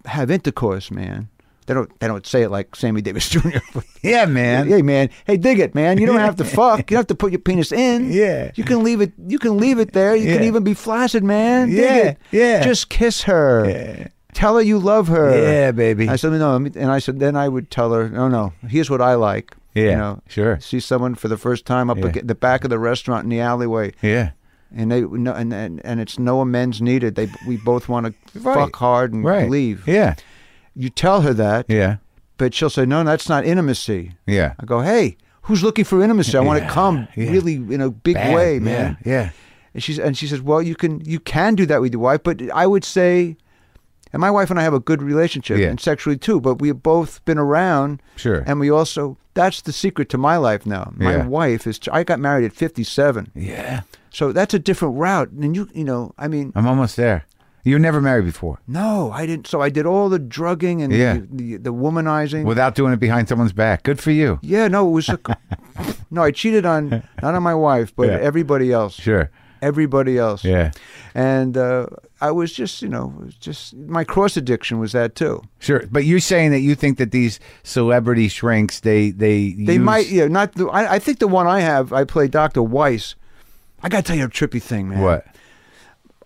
have intercourse, man. They don't. They don't say it like Sammy Davis Jr.
Yeah, man.
Hey man, hey dig it, man. You don't have to fuck. You don't have to put your penis in.
Yeah.
You can leave it. You can leave it there. You can
Yeah.
even be flaccid, man. Dig
Yeah,
it.
yeah.
Just kiss her.
Yeah.
Tell her you love her.
Yeah, baby.
I said no, and I said then I would tell her no, no. Here's what I like.
Yeah,
You know,
sure.
See someone for the first time up
Yeah.
at the back of the restaurant in the alleyway,
Yeah.
and they no, and, and and it's no amends needed. They we both want to
Right.
fuck hard and
Right.
leave.
Yeah.
You tell her that,
Yeah.
but she'll say no, that's not intimacy.
Yeah.
I go, hey, who's looking for intimacy? I want to
Yeah,
come
yeah.
really in a big
Bad,
way, man.
Yeah. yeah.
And she's and she says, well, you can you can do that with your wife, but I would say, and my wife and I have a good relationship
Yeah.
and sexually too, but we've both been around,
Sure.
and we also that's the secret to my life now. My
Yeah.
wife is I got married at fifty seven,
Yeah.
so that's a different route. And you you know, I mean,
I'm almost there. You were never married before
no, I didn't. So I did all the drugging and
Yeah.
the, the the womanizing.
without doing it behind someone's back. Good for you.
yeah, no, it was a, no. I cheated on not on my wife, but
Yeah.
everybody else.
Sure.
everybody else.
Yeah.
And uh, I was just, you know, was just my cross addiction was that too.
Sure. But you're saying that you think that these celebrity shrinks, they they
They might, yeah, not. The, I, I think the one I have, I play Dr. Weiss. I got to tell you a trippy thing, man.
what?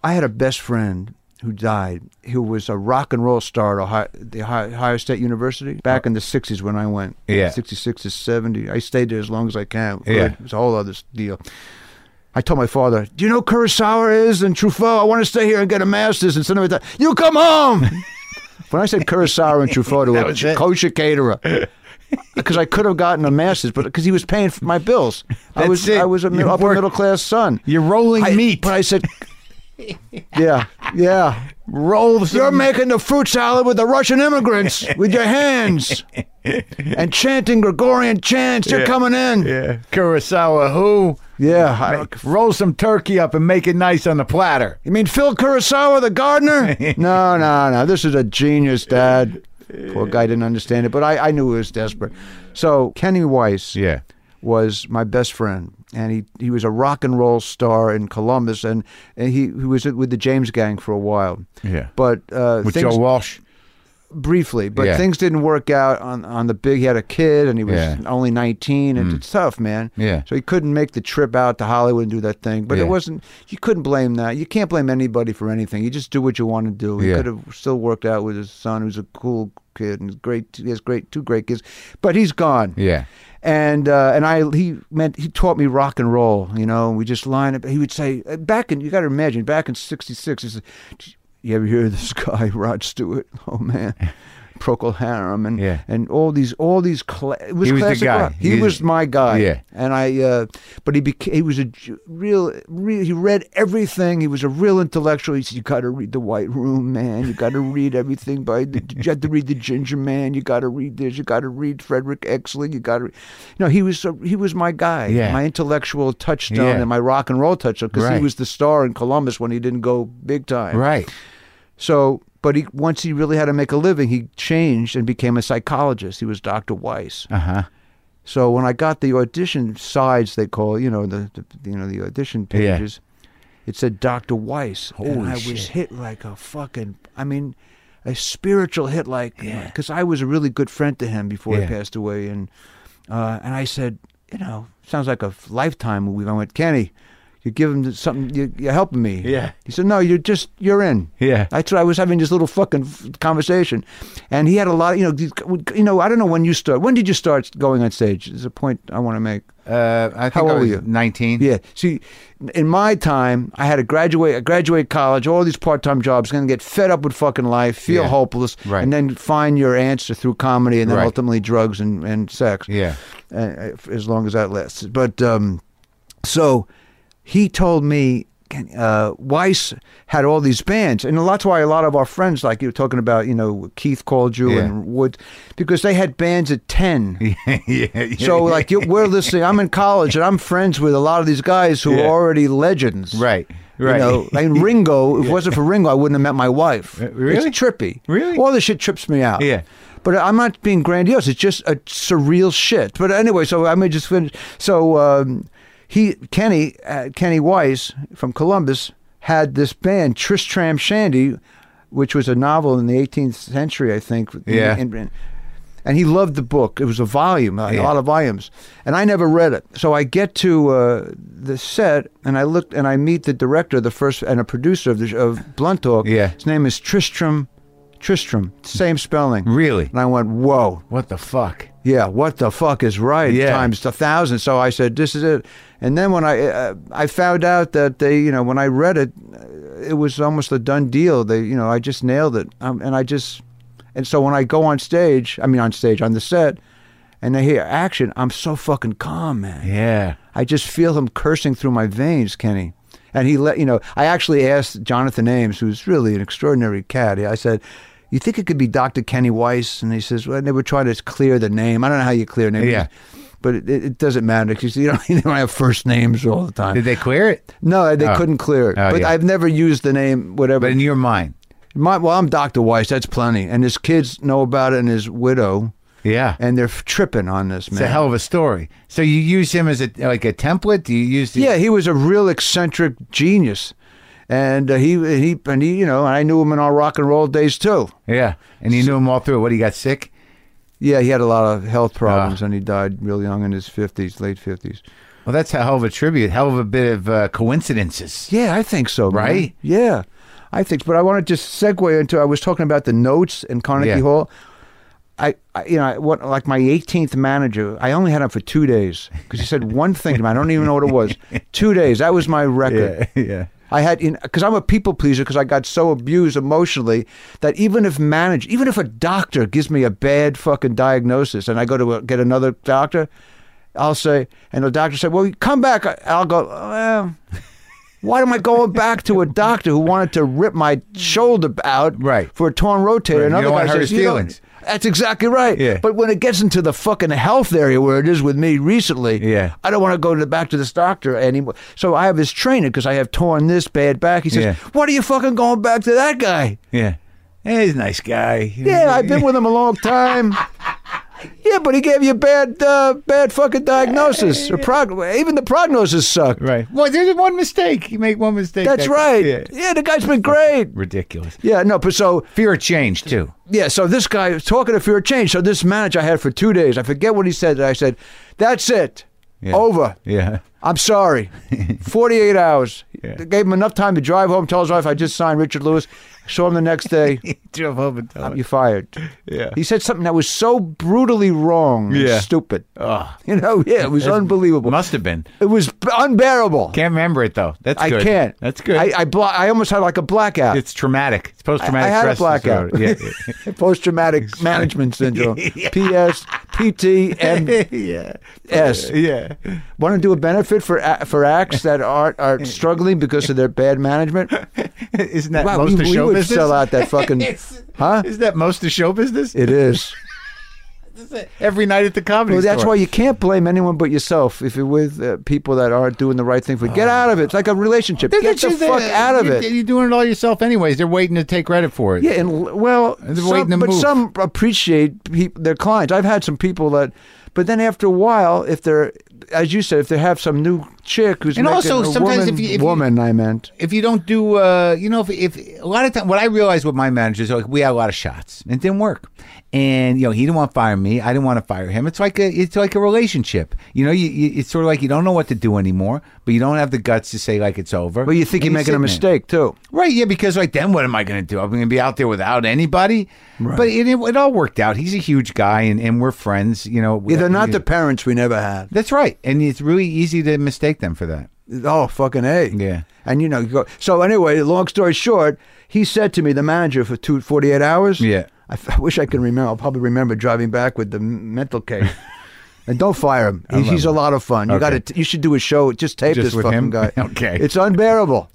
I had a best friend who died, who was a rock and roll star at Ohio, the Ohio, Ohio State University back in the 60s when I went.
Yeah.
66 to 70. I stayed there as long as I can.
Yeah.
It's a whole other s- deal. I told my father, Do you know who Kurosawa is and Truffaut? I want to stay here and get a master's and send him a You come home! when I said Kurosawa and Truffaut to a kosher caterer, because I could have gotten a master's, but because he was paying for my bills, I
That's
was
it.
I was a
You
mid- upper
work-
middle class son.
You're rolling
I-
meat.
But I said, yeah, yeah.
Roll the
You're making the fruit salad with the Russian immigrants with your hands and chanting Gregorian chants. You're coming in. Yeah.
yeah. Kurosawa who?
I-
Make- roll some turkey up and make it nice on the platter.
you mean Phil Kurosawa, the gardener? no, no, no. This is a genius, Dad. Poor guy didn't understand it, but I, I knew he was desperate. So Kenny Weiss
Yeah.
was my best friend, and he, he was a rock and roll star in Columbus, and, and he, he was with the James Gang for a while.
Yeah.
But uh,
With
things,
Joe Walsh.
briefly, but
Yeah.
things didn't work out on on the big. He had a kid, and he was
Yeah. Mm.
only nineteen, and it's tough, man.
Yeah.
So he couldn't make the trip out to Hollywood and do that thing. But
Yeah.
it wasn't. You couldn't blame that. You can't blame anybody for anything. You just do what you want to do. He
Yeah.
could have still worked out with his son, who's a cool kid and great. He has great two great kids, but he's gone
Yeah.
and uh, and I he meant he taught me rock and roll. You know, we just line up. He would say uh, back in you got to imagine back in '66. He said, "Did "You ever hear of this guy Rod Stewart? Oh man." Procol Harum and
Yeah.
and all these all these cla- it was
He was the
classic
guy.
rock. He,
He-
was my guy.
Yeah.
and I uh, but he became he was a ju- real, real he read everything. He was a real intellectual. He said you got to read the White Room, man. You got to read everything by the, you had to read the Ginger Man. You got to read this. You got to read Frederick Exling. You got to no. He was so, he was my guy.
Yeah.
my intellectual touchstone
Yeah.
and my rock and roll touchstone because
Right.
he was the star in Columbus when he didn't go big time.
Right.
So, but he once he really had to make a living, he changed and became a psychologist. He was Dr. Weiss.
Uh huh.
So when I got the audition sides, they call you know the, the you know the audition
Yeah.
pages, it said Dr. Weiss, and
Holy
I
shit.
was hit like a fucking. I mean, a spiritual hit like because I was a really good friend to him before
Yeah.
he passed away, and uh, and I said, you know, sounds like a lifetime movie. I went, Kenny. You give him something. You, you're helping me.
Yeah.
He said, "No, you're just you're in."
Yeah.
That's what I was having this little fucking f- conversation, and he had a lot. Of, you know, these- you know. I don't know when you start. When did you start going on stage? Is a point I want to make.
Uh, I think
How
I
old
was
were you?
19.
Yeah. See, in my time, I had to graduate. I graduated college. All these part-time jobs. Going to get fed up with fucking life. Feel
Yeah.
hopeless.
Right.
And then find your answer through comedy, and then
Right.
ultimately drugs and and sex
Yeah.
uh, as long as that lasts. But um, so he told me uh, Weiss had all these bands, and that's why a lot of our friends, like you were talking about, you know, Keith called you
Yeah.
and Wood, because they had bands at ten.
yeah. yeah.
So like you, we're listening. I'm in college and I'm friends with a lot of these guys who
Yeah.
are already legends.
Right. Right. Uh,
You know, I mean, Ringo. If it wasn't for Ringo, I wouldn't have met my wife.
really?
It's trippy.
Really?
All this shit trips me out.
Yeah.
But I'm not being grandiose. It's just a surreal shit. But anyway, so I may just finish. So um, he, Kenny, uh, Kenny Weiss from Columbus had this band Tristram Shandy, which was a novel in the 18th century, I think. in-
Yeah.
in- in- and he loved the book. It was a volume, a lot of volumes. And I never read it. So I get to uh, the set, and I look, and I meet the director, the first, and a producer of the sh- of Blunt Talk.
Yeah.
His name is Tristram. Tristram, same spelling.
Really?
And I went, whoa,
What the fuck?
yeah, what the fuck is right
Yeah.
times a thousand. So I said, this is it. And then when I uh, I found out that they, you know, when I read it, uh, it was almost a done deal. They, you know, I just nailed it. Um, and I just, and so when I go on stage, I mean on stage on the set, and I hear action, I'm so fucking calm, man.
Yeah.
I just feel him cursing through my veins, Kenny. And he let you know. I actually asked Jonathan Ames, who's really an extraordinary cat. I said, "You think it could be Dr. Kenny Weiss?" And he says, "Well, they were trying to clear the name. I don't know how you clear a name,
Yeah.
but it, it doesn't matter because you don't, you don't have first names all the time.
Did they clear it?
no, they
Oh.
couldn't clear it.
Oh,
but
yeah.
I've never used the name whatever.
But in your mind.
My, well, I'm Dr. Weiss. That's plenty. And his kids know about it, and his widow,
Yeah.
and they're f- tripping on this man.
it's a hell of a story. So you use him as a like a template? Do you use the,
Yeah, he was a real eccentric genius, and uh, he he and he, you know, I knew him in our rock and roll days too.
Yeah. And you knew him all through. What he got sick?
Yeah, he had a lot of health problems, and he died real young in his fifties, late fifties.
Well, that's a hell of a tribute. Hell of a bit of uh, coincidences.
Yeah, I think so. man.
Right?
Yeah, I think. But I want to just segue into. I was talking about the notes in Carnegie
Yeah.
Hall. I, I, you know, I- what like my 18th manager. I only had him for two days because he said one thing to me. I don't even know what it was. two days. That was my record.
yeah.
I had, because I'm a people pleaser, because I got so abused emotionally that even if managed, even if a doctor gives me a bad fucking diagnosis and I go to uh get another doctor, I'll say, and the doctor said, "Well, come back." I'll go, well, "Why am I going back to a doctor who wanted to rip my shoulder out
Right.
for a torn rotator?"
Right, you
Another
don't wanna
guy
hurt
says,
his
"You don't-
feelings."
That's exactly right.
Yeah.
But when it gets into the fucking health area where it is with me recently,
Yeah.
I don't want to go to the, back to this doctor anymore. So I have his trainer because I have torn this bad back. He says,
Yeah.
"What are you fucking going back to that guy?"
Yeah. Yeah, he's a nice guy.
Yeah, I've been with him a long time. Yeah, but he gave you a bad, uh, bad fucking diagnosis. Or prog- even the prognosis sucked.
Right. Well, there's one mistake. You make one mistake.
That's
that-
right.
Yeah.
yeah, the guy's been great.
Ridiculous.
Yeah, no, but so
Fear of change too.
yeah, so this guy was talking to Fear of Change. So this manager I had for two days. I forget what he said. I said, "That's it, over.
Yeah.
I'm sorry." Forty-eight hours.
Yeah.
They Gave him enough time to drive home. Tell his wife I just signed Richard Lewis. Saw him the next day.
Jump up and down.
You're fired.
Yeah.
He said something that was so brutally wrong and
Yeah. Oh.
stupid. You know, yeah, it was unbelievable.
Must have been.
it was b- unbearable.
Can't remember it though. That's
I
good.
can't.
That's good.
I I, blo- I almost had like a blackout.
it's traumatic. It's post traumatic
I had a
stress disorder.
blackout.
Yeah.
Post traumatic management syndrome. PS,
yeah. Yeah.
Want to do a benefit for a- for acts that are are struggling because of their bad management?
Isn't that
Wow,
most
we,
of
we
show
would
business?
sell out that fucking. huh?
Isn't that most of show business?
It is.
Every night at the comedy
Well, that's
store.
why you can't blame anyone but yourself if you're with uh, people that aren't doing the right thing. For get out of it. It's like a relationship.
Look
Get
at
the
you, they-
fuck out of
you-
it.
You're doing it all yourself, anyways. They're waiting to take credit for it.
Yeah, and l- well,
They're
some,
waiting to
but
move.
some appreciate peop their clients. I've had some people that, but then after a while, if they're, as you said, if they have some new chick who's
And
making
also,
a
sometimes
woman,
if you- if you-
woman, I meant.
if you don't do, uh, you know, if, if a lot of time, what I realized with my managers, like we had a lot of shots, and it didn't work, and you know, he didn't want to fire me, I didn't want to fire him. It's like a, it's like a relationship, you know. You, you, it's sort of like you don't know what to do anymore, but you don't have the guts to say like it's over.
But you think
And
you're making a
sitting there.
mistake too.
Right, yeah, because like then what am I going to do? I'm going to be out there without anybody. But it, it, all worked out. He's a huge guy, and, and we're friends. You know, we-
Yeah, they're not
we-
the parents we never had.
That's right, and it's really easy to mistake them for that.
Oh, fucking A.
Yeah.
And you know, you go, so anyway, long story short, he said to me, the manager for two, 48 hours.
Yeah.
I, f- I wish I could remember. I'll probably remember driving back with the m- mental case. And don't fire him. He, he's a lot of fun. You
Okay.
got to. You should do a show. Just tape
Just
this
with
fucking
him?
guy.
Okay.
It's unbearable,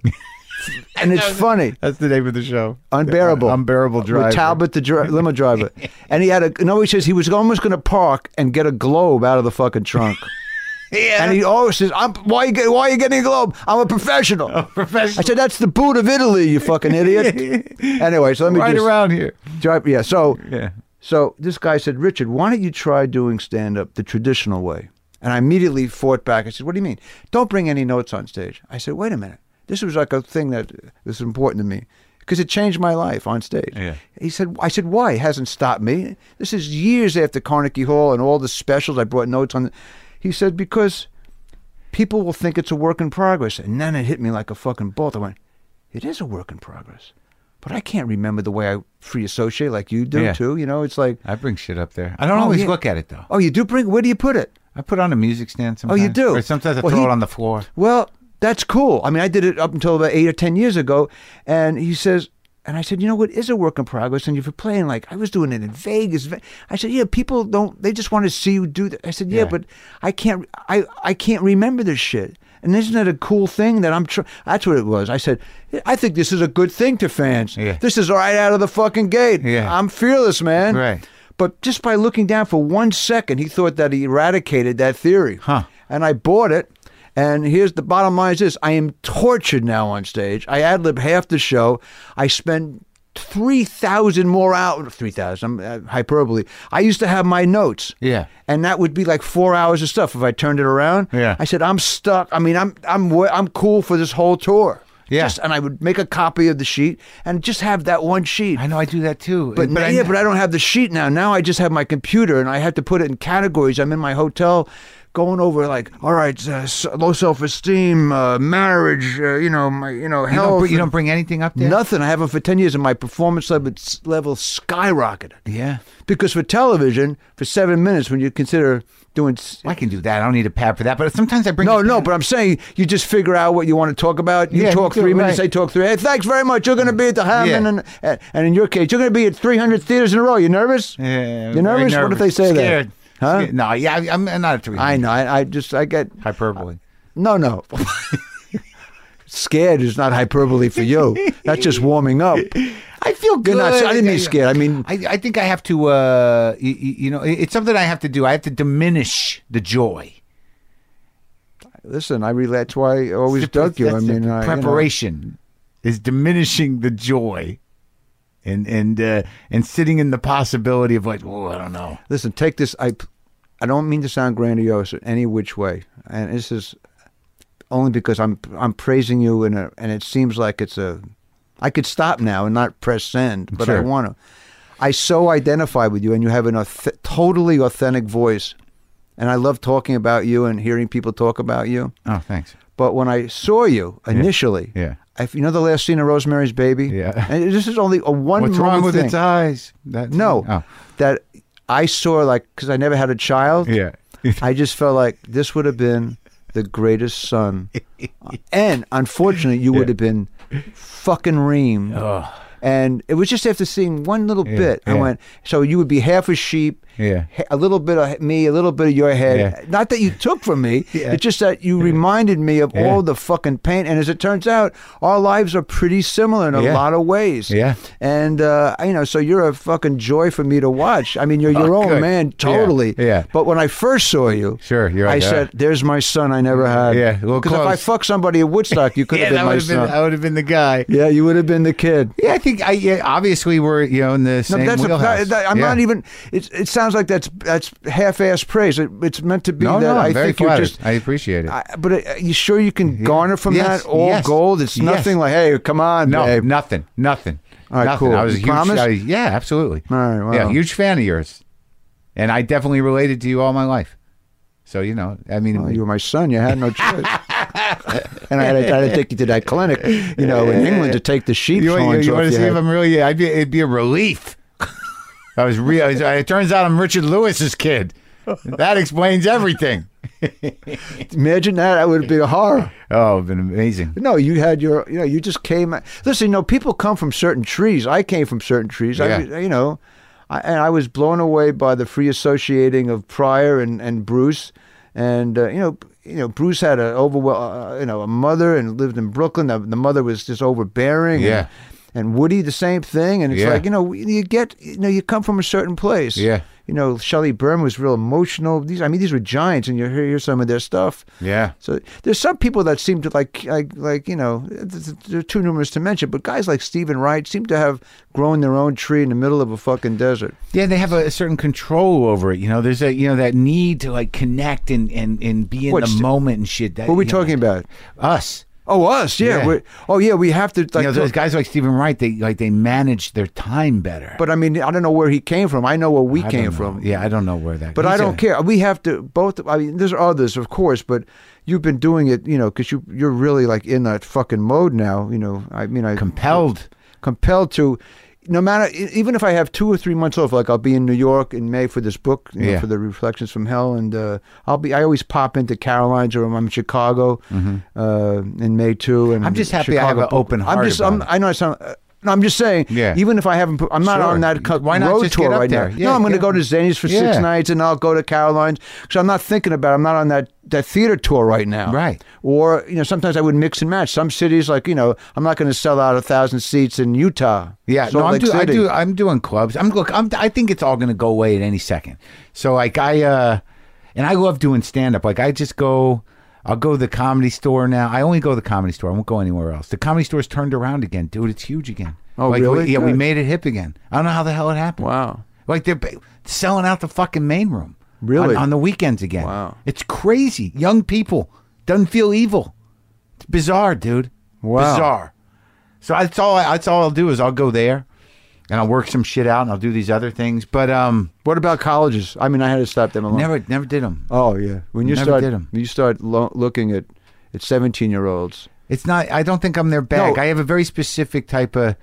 and it's funny.
That's the name of the show.
Unbearable.
Unbearable driver.
With Talbot, the dri- limo driver, and he had a. No, he says he was almost going to park and get a globe out of the fucking trunk.
Yeah.
And he always says, I'm, why, you get, why are you getting a globe? I'm a professional.
professional.
I said, that's the boot of Italy, you fucking idiot. anyway, so let me
right
just
around here.
drive. Yeah, so
Yeah.
so this guy said, Richard, why don't you try doing stand up the traditional way? And I immediately fought back. I said, What do you mean? Don't bring any notes on stage. I said, Wait a minute. This was like a thing that was important to me. because it changed my life on stage.
Yeah.
He said, I said, why? It hasn't stopped me. This is years after Carnegie Hall and all the specials. I brought notes on. The, he said, because people will think it's a work in progress. And then it hit me like a fucking bolt. I went, it is a work in progress. But I can't remember the way I free associate like you do,
Yeah.
too. You know, it's like,
I bring shit up there. I don't
Oh,
always
yeah.
look at it though.
oh, you do bring, where do you put it?
I put on a music stand
Oh,
sometimes.
you do?
Or sometimes I
Well,
throw
he-
it on the floor.
Well, that's cool. I mean, I did it up until about eight or 10 years ago. And he says, and I said, you know what is a work in progress? And you've been playing like I was doing it in Vegas. Ve- I said, yeah, people don't. They just want to see you do that. I said, yeah,
Yeah.
but I can't. I I can't remember this shit. And isn't that a cool thing that I'm? Tr-? That's what it was. I said, I think this is a good thing to fans.
Yeah.
This is right out of the fucking gate.
Yeah.
I'm fearless, man.
Right.
But just by looking down for one second, he thought that he eradicated that theory.
Huh.
And I bought it. And here's the bottom line is this I am tortured now on stage. I ad lib half the show. I spend 3,000 more hours, 3,000, I'm, uh, hyperbole. I used to have my notes.
Yeah.
And that would be like four hours of stuff if I turned it around.
Yeah.
I said, I'm stuck. I mean, I'm, I'm, wa- I'm cool for this whole tour.
Yeah.
Just, and I would make a copy of the sheet and just have that one sheet.
I know I do that too.
But, now-
I,
yeah, but I don't have the sheet now. Now I just have my computer, and I have to put it in categories. I'm in my hotel, going over like, all right, uh, s- low self esteem, uh, marriage, uh, you know, my, you know,
you don't,
health.
br- you don't bring anything up there.
nothing. I haven't for ten years, and my performance level level skyrocketed.
Yeah.
Because for television, for seven minutes, when you consider doing s-
I can do that. I don't need a pad for that. But sometimes I bring.
no,
the
no,
pad.
but I'm saying you just figure out what you want to talk about. You
Yeah,
talk
you do
three
it
minutes,
right.
they talk three. Hey, thanks very much. You're going to be at the Hammond, and, and and in your case, you're going to be at 300 theaters in a row. You nervous?
Yeah,
You
very
nervous? What if they say that?
Scared.
Huh?
Scared. No, yeah, I, I'm not a three.
I know. I, I just I get
Hyperbole.
no, no. scared is not hyperbole for you. That's just warming up.
I feel good.
You're not. I didn't mean scared. I mean,
I, I think I have to, uh, you, you know, it- it's something I have to do. I have to diminish the joy.
listen. I really that's why I always
That's-
dug you. I
that's the
mean, I, you know.
preparation is diminishing the joy, and and uh, and sitting in the possibility of like, oh, I don't know.
listen, take this. I, I don't mean to sound grandiose in any which way, and this is only because I'm I'm praising you, in a, and it seems like it's a. I could stop now and not press send, but I
Sure.
want to. I so identify with you, and you have an auth- totally authentic voice, and I love talking about you and hearing people talk about you.
Oh, thanks.
But when I saw you initially,
Yeah.
I, you know the last scene of Rosemary's Baby.
Yeah.
and this is only a one.
What's wrong
moment
with
thing.
its eyes? That
No,
Oh,
that I saw like because I never had a child.
yeah.
I just felt like this would have been the greatest son, and unfortunately, you would have been fucking reamed. And it was just after seeing one little
Yeah,
bit, I
yeah.
went. So you would be half a sheep,
Yeah.
ha- a little bit of me, a little bit of your head.
Yeah.
Not that you took from me,
Yeah.
it's just that you reminded me of
Yeah.
all the fucking pain. And as it turns out, our lives are pretty similar in a
Yeah.
lot of ways.
Yeah.
And uh, you know, so you're a fucking joy for me to watch. I mean, you're your
Oh,
own
good.
man,
Yeah,
totally.
yeah.
But when I first saw you,
Sure, you're
I
right,
said, "There's my son I never had."
Yeah, a little
Because if I
close.
fucked somebody at Woodstock, you could
Yeah,
have been
that
my
would have been.
son.
I would have been the guy.
yeah, you would have been the kid.
Yeah, I think I. Yeah, obviously we're you know in the
No,
same
that's a,
wheelhouse.
that, that- I'm
Yeah.
not even. It, it sounds like that's that's half-ass praise. It, it's meant to be
No,
that
no, I'm
I
very
think
flattered.
you just.
I appreciate it.
I, but uh, you sure you can garner from
Yes,
that all
yes,
gold? It's
yes.
nothing like, hey, come on,
no,
babe.
nothing, nothing.
All right,
nothing.
cool.
I was a
You
huge.
promise?
I- yeah, absolutely.
All right,
Yeah,
wow.
huge fan of yours, and I definitely related to you all my life. So you know, I mean,
Well, you were my son. You had no choice. and I had, to, I had to take you to that clinic, you know, in England to take the sheep
you, want-
horns
you
off
want to
your
see if
head.
I'm really? I'd be, it'd be a relief. I was real. It turns out I'm Richard Lewis's kid. That explains everything.
Imagine that. That would be a horror.
Oh, it's been amazing.
No, you had your, you know, you just came. Listen, you know, people come from certain trees. I came from certain trees.
Yeah.
I, you know, I, and I was blown away by the free associating of Pryor and, and Bruce, and uh, you know, you know, Bruce had a overwhel, uh, you know, a mother and lived in Brooklyn. The, the mother was just overbearing.
Yeah.
And, and Woody, the same thing. And it's
Yeah.
like you know, you get, you know, you come from a certain place.
Yeah.
You know, Shelley Byrne was real emotional. These, I mean, these were giants, and you hear, hear some of their stuff.
Yeah.
So there's some people that seem to like, like, like you know, th- th- they're too numerous to mention. But guys like Stephen Wright seem to have grown their own tree in the middle of a fucking desert.
Yeah, they have a, certain control over it. You know, there's a you know that need to like connect and and, and be in
What's-
the moment and shit. That,
What are we
you know,
talking about?
Us.
Oh, us? Yeah.
Yeah.
We're, oh, yeah. We have to. Like,
you know, those guys like Stephen Wright, they like they manage their time better.
but I mean, I don't know where he came from. I know where we
I don't
came
know.
from.
Yeah, I don't know where that.
But I
he's
don't
a-
care. We have to both. I mean, there's others, of course, but you've been doing it, you know, because you you're really like in that fucking mode now. You know, I mean, I
Compelled.
compelled to. No matter, e- even if I have two or three months off, like I'll be in New York in May for this book, you know,
Yeah.
for the Reflections from Hell, and uh, I'll be. I always pop into Caroline's or I'm in Chicago uh, in May too. And
Mm-hmm. I'm just happy I
Chicago
have an
Book-
open heart
I'm just.
about
I'm,
it.
I know I sound. Uh, no, I'm just saying.
Yeah.
Even if I haven't, put- I'm not
Sure.
on that co-
Why not
road
just
tour
get up
right
there?
now.
Yeah,
no, I'm going to
get-
go to Zanies for six
Yeah.
nights, and I'll go to Caroline's because I'm not thinking about. it. I'm not on that that theater tour right now.
Right.
Or you know, sometimes I would mix and match. Some cities, like you know, I'm not going to sell out a thousand seats in Utah.
Yeah,
Salt
no, I'm
Lake
do, I
City.
do. I'm doing clubs. I'm look. I'm, I think it's all going to go away at any second. So like I, uh and I love doing stand up. Like I just go. I'll go to the comedy store now. I only go to the comedy store. I won't go anywhere else. The comedy store's turned around again, dude. It's huge again.
Oh,
Like,
really?
we- yeah, we
Good.
made it hip again. I don't know how the hell it happened.
Wow.
Like they're ba- selling out the fucking main room.
Really?
On, on the weekends again.
Wow.
It's crazy. Young people doesn't feel evil. It's bizarre, dude.
Wow.
Bizarre. So that's all. I, that's all I'll do is I'll go there, and I'll work some shit out, and I'll do these other things. But um,
What about colleges? I mean, I had to stop them alone.
never, never did them.
Oh yeah. When you
Never
start,
did 'em.
when you start lo- looking at at 17 year olds.
It's not. I don't think I'm their bag.
No.
I have a very specific type of,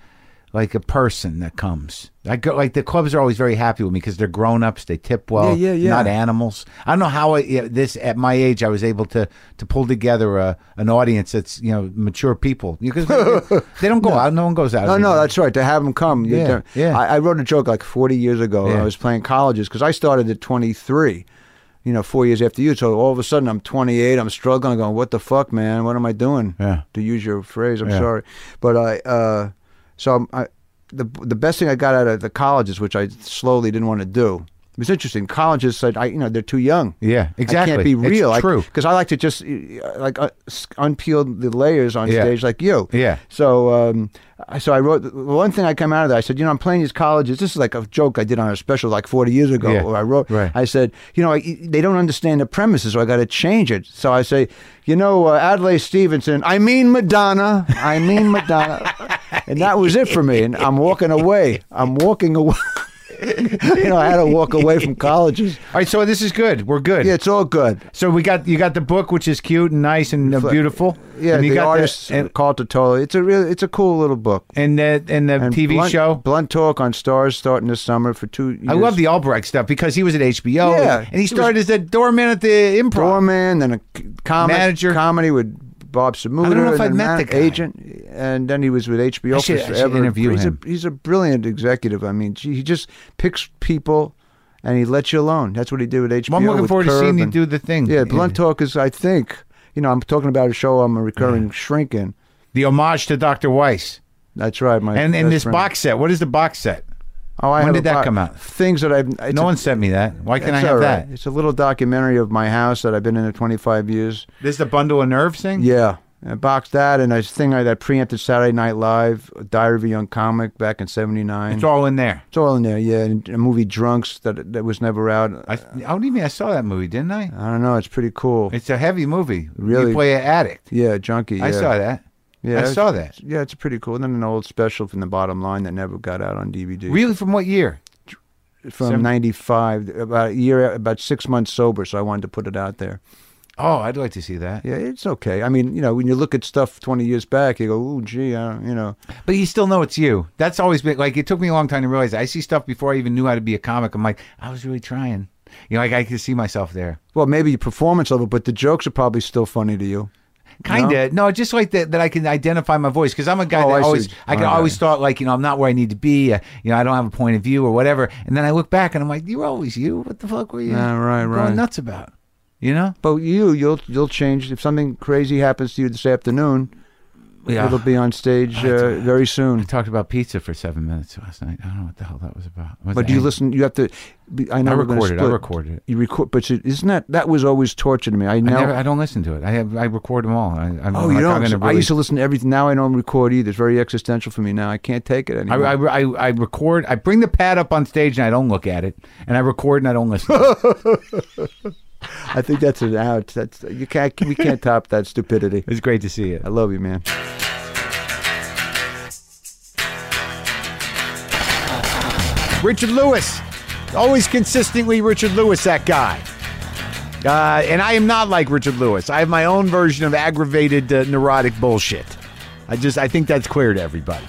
like a person that comes. I go like the clubs are always very happy with me because they're grown ups. They tip well.
Yeah, yeah, yeah.
Not animals. I don't know how I, yeah, this at my age I was able to to pull together a, an audience that's you know mature people because they, they don't go out. No one goes out.
No,
anymore.
no, that's right. To have them come. You
Yeah,
don't-
yeah.
I, I wrote a joke like 40 years ago when
Yeah.
I was playing colleges because I started at 23, you know, four years after you. So all of a sudden I'm 28, I'm struggling, going, what the fuck, man? What am I doing?
Yeah.
To use your phrase, I'm
Yeah.
sorry. But I, uh, so I'm, I, the, the best thing I got out of the colleges, which I slowly didn't want to do, it was interesting. Colleges said, I, you know, they're too young.
Yeah,
I
exactly.
can't be
It's
real.
true.
Because I, like to just uh, like uh, s- unpeel the layers on
Yeah.
stage, like you.
Yeah.
So, um, I- so I wrote the one thing I come out of that. I said, you know, I'm playing these colleges. This is like a joke I did on a special like 40 years ago.
Yeah.
Or I wrote.
Right.
I said, you know, I, they don't understand the premises, so I got to change it. So I say, you know, uh, Adlai Stevenson. I mean Madonna. I mean Madonna. and that was it for me. And I'm walking away. I'm walking away. you know, I had to walk away from colleges.
All right, so this is good. We're good.
Yeah, it's all good.
So we got you got the book, which is cute and nice and uh,
Fl-
beautiful.
Yeah,
and you
the
got
artist
and,
Carl Totoli. It's a real, it's a cool little book.
and the and the
And
TV
Blunt,
show.
Blunt Talk on Stars starting this summer for two. Years.
I love the Albrecht stuff because he was at HBO.
Yeah.
and he started as a doorman at the Improv.
doorman, then a comedy
Manager.
comedy with. Bob Samuda,
I don't know if
and
I
then
met
man-
the guy.
agent, and then he was with HBO
I should- I
for
should
forever.
interview
he's
him.
A, he's a brilliant executive. I mean, gee, he just picks people, and he lets you alone. That's what he did with HBO.
Well, I'm looking
with
forward to
Curb
seeing you
and-
do the thing.
Yeah, Blunt Talk is, I think, you know, I'm talking about a show I'm a recurring shrink in.
The homage to Dr. Weiss.
That's right, my
And and
best
this
friend.
box set. What is the box set?
Oh, I
When
have
did
a
that
bo-
come out?
Things that I've. it's
no
a-
one sent me that. Why can't I
it's
have
all right.
that?
It's a little documentary of my house that I've been in for 25 years.
This is the bundle of nerves thing?
Yeah, I boxed that and a thing I that preempted Saturday Night Live, Diary of a Young Comic back in '79.
It's all in there.
It's all in there. Yeah, and a movie Drunks that that was never out.
I, I don't even I saw that movie, didn't I?
I don't know. It's pretty cool.
It's a heavy movie.
Really?
You play an addict.
yeah, junkie.
I
yeah.
saw that.
Yeah,
I
it's-
saw that.
Yeah, it's pretty cool. And then an old special from the bottom line that never got out on DVD.
Really from what year?
From
Seven-
'95, about a year, about six months sober. So I wanted to put it out there.
Oh, I'd like to see that.
Yeah, it's okay. I mean, you know, when you look at stuff 20 years back, you go, "Ooh, gee, I don't, you know."
But you still know it's you. That's always been like it took me a long time to realize. I see stuff before I even knew how to be a comic. I'm like, I was really trying. You know, like I could see myself there.
Well, maybe your performance of it, but the jokes are probably still funny to you.
Kind of. No? just like that that I can identify my voice because I'm a guy
Oh,
that
I see.
always I can
Okay.
always thought like, you know, I'm not where I need to be. Uh, you know, I don't have a point of view or whatever. And then I look back and I'm like, you were always you. What the fuck were you
Yeah, right,
going
right.
nuts about? You know?
But you, you'll you'll change if something crazy happens to you this afternoon.
Yeah.
It'll be on stage uh, very
We
soon.
talked about pizza for seven minutes last night. I don't know what the hell that was about. Was
But
it
do you
ang-
listen? You have to. be- I know
I
we're gonna
recorded. I
split.
recorded it.
You record, but you- isn't that that was always torture to me? I
I,
now.
never, I don't listen to it. I have, I record them all. I, I'm
Oh,
like,
you
I'm
don't.
gonna
I
release-
used to listen to everything. Now I don't record either. It's very existential for me now. I can't take it
I,
anymore.
I, I, I record. I bring the pad up on stage and I don't look at it, and I record and I don't listen.
I think that's an out. That's you can't. We can't top that stupidity.
It's great to see you.
I love you, man.
Richard Lewis. Always consistently Richard Lewis, that guy. Uh, and I am not like Richard Lewis. I have my own version of aggravated uh, neurotic bullshit. I just, I think that's clear to everybody.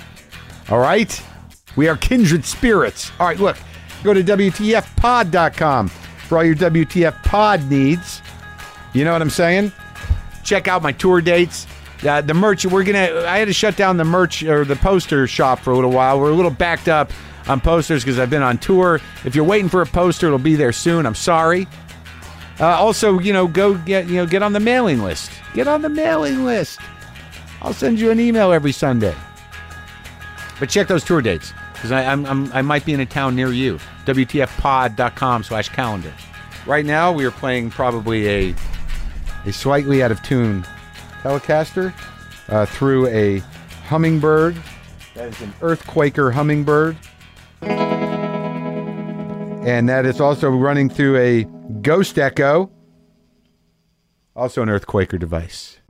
All right? We are kindred spirits. All right, look, go to WTFpod.com for all your WTF pod needs. You know what I'm saying? check out my tour dates. Uh, the merch we're gonna. I had to shut down the merch or the poster shop for a little while. We're a little backed up on posters because I've been on tour. If you're waiting for a poster, it'll be there soon. I'm sorry. Uh, also, you know, go get you know get on the mailing list. Get on the mailing list. I'll send you an email every Sunday. But check those tour dates because I'm, I'm I might be in a town near you. WTFpod.com/calendar. Right now, we are playing probably a a slightly out of tune Telecaster uh, through a hummingbird. That is an Earthquaker hummingbird. And that is also running through a Ghost Echo, also an Earthquaker device.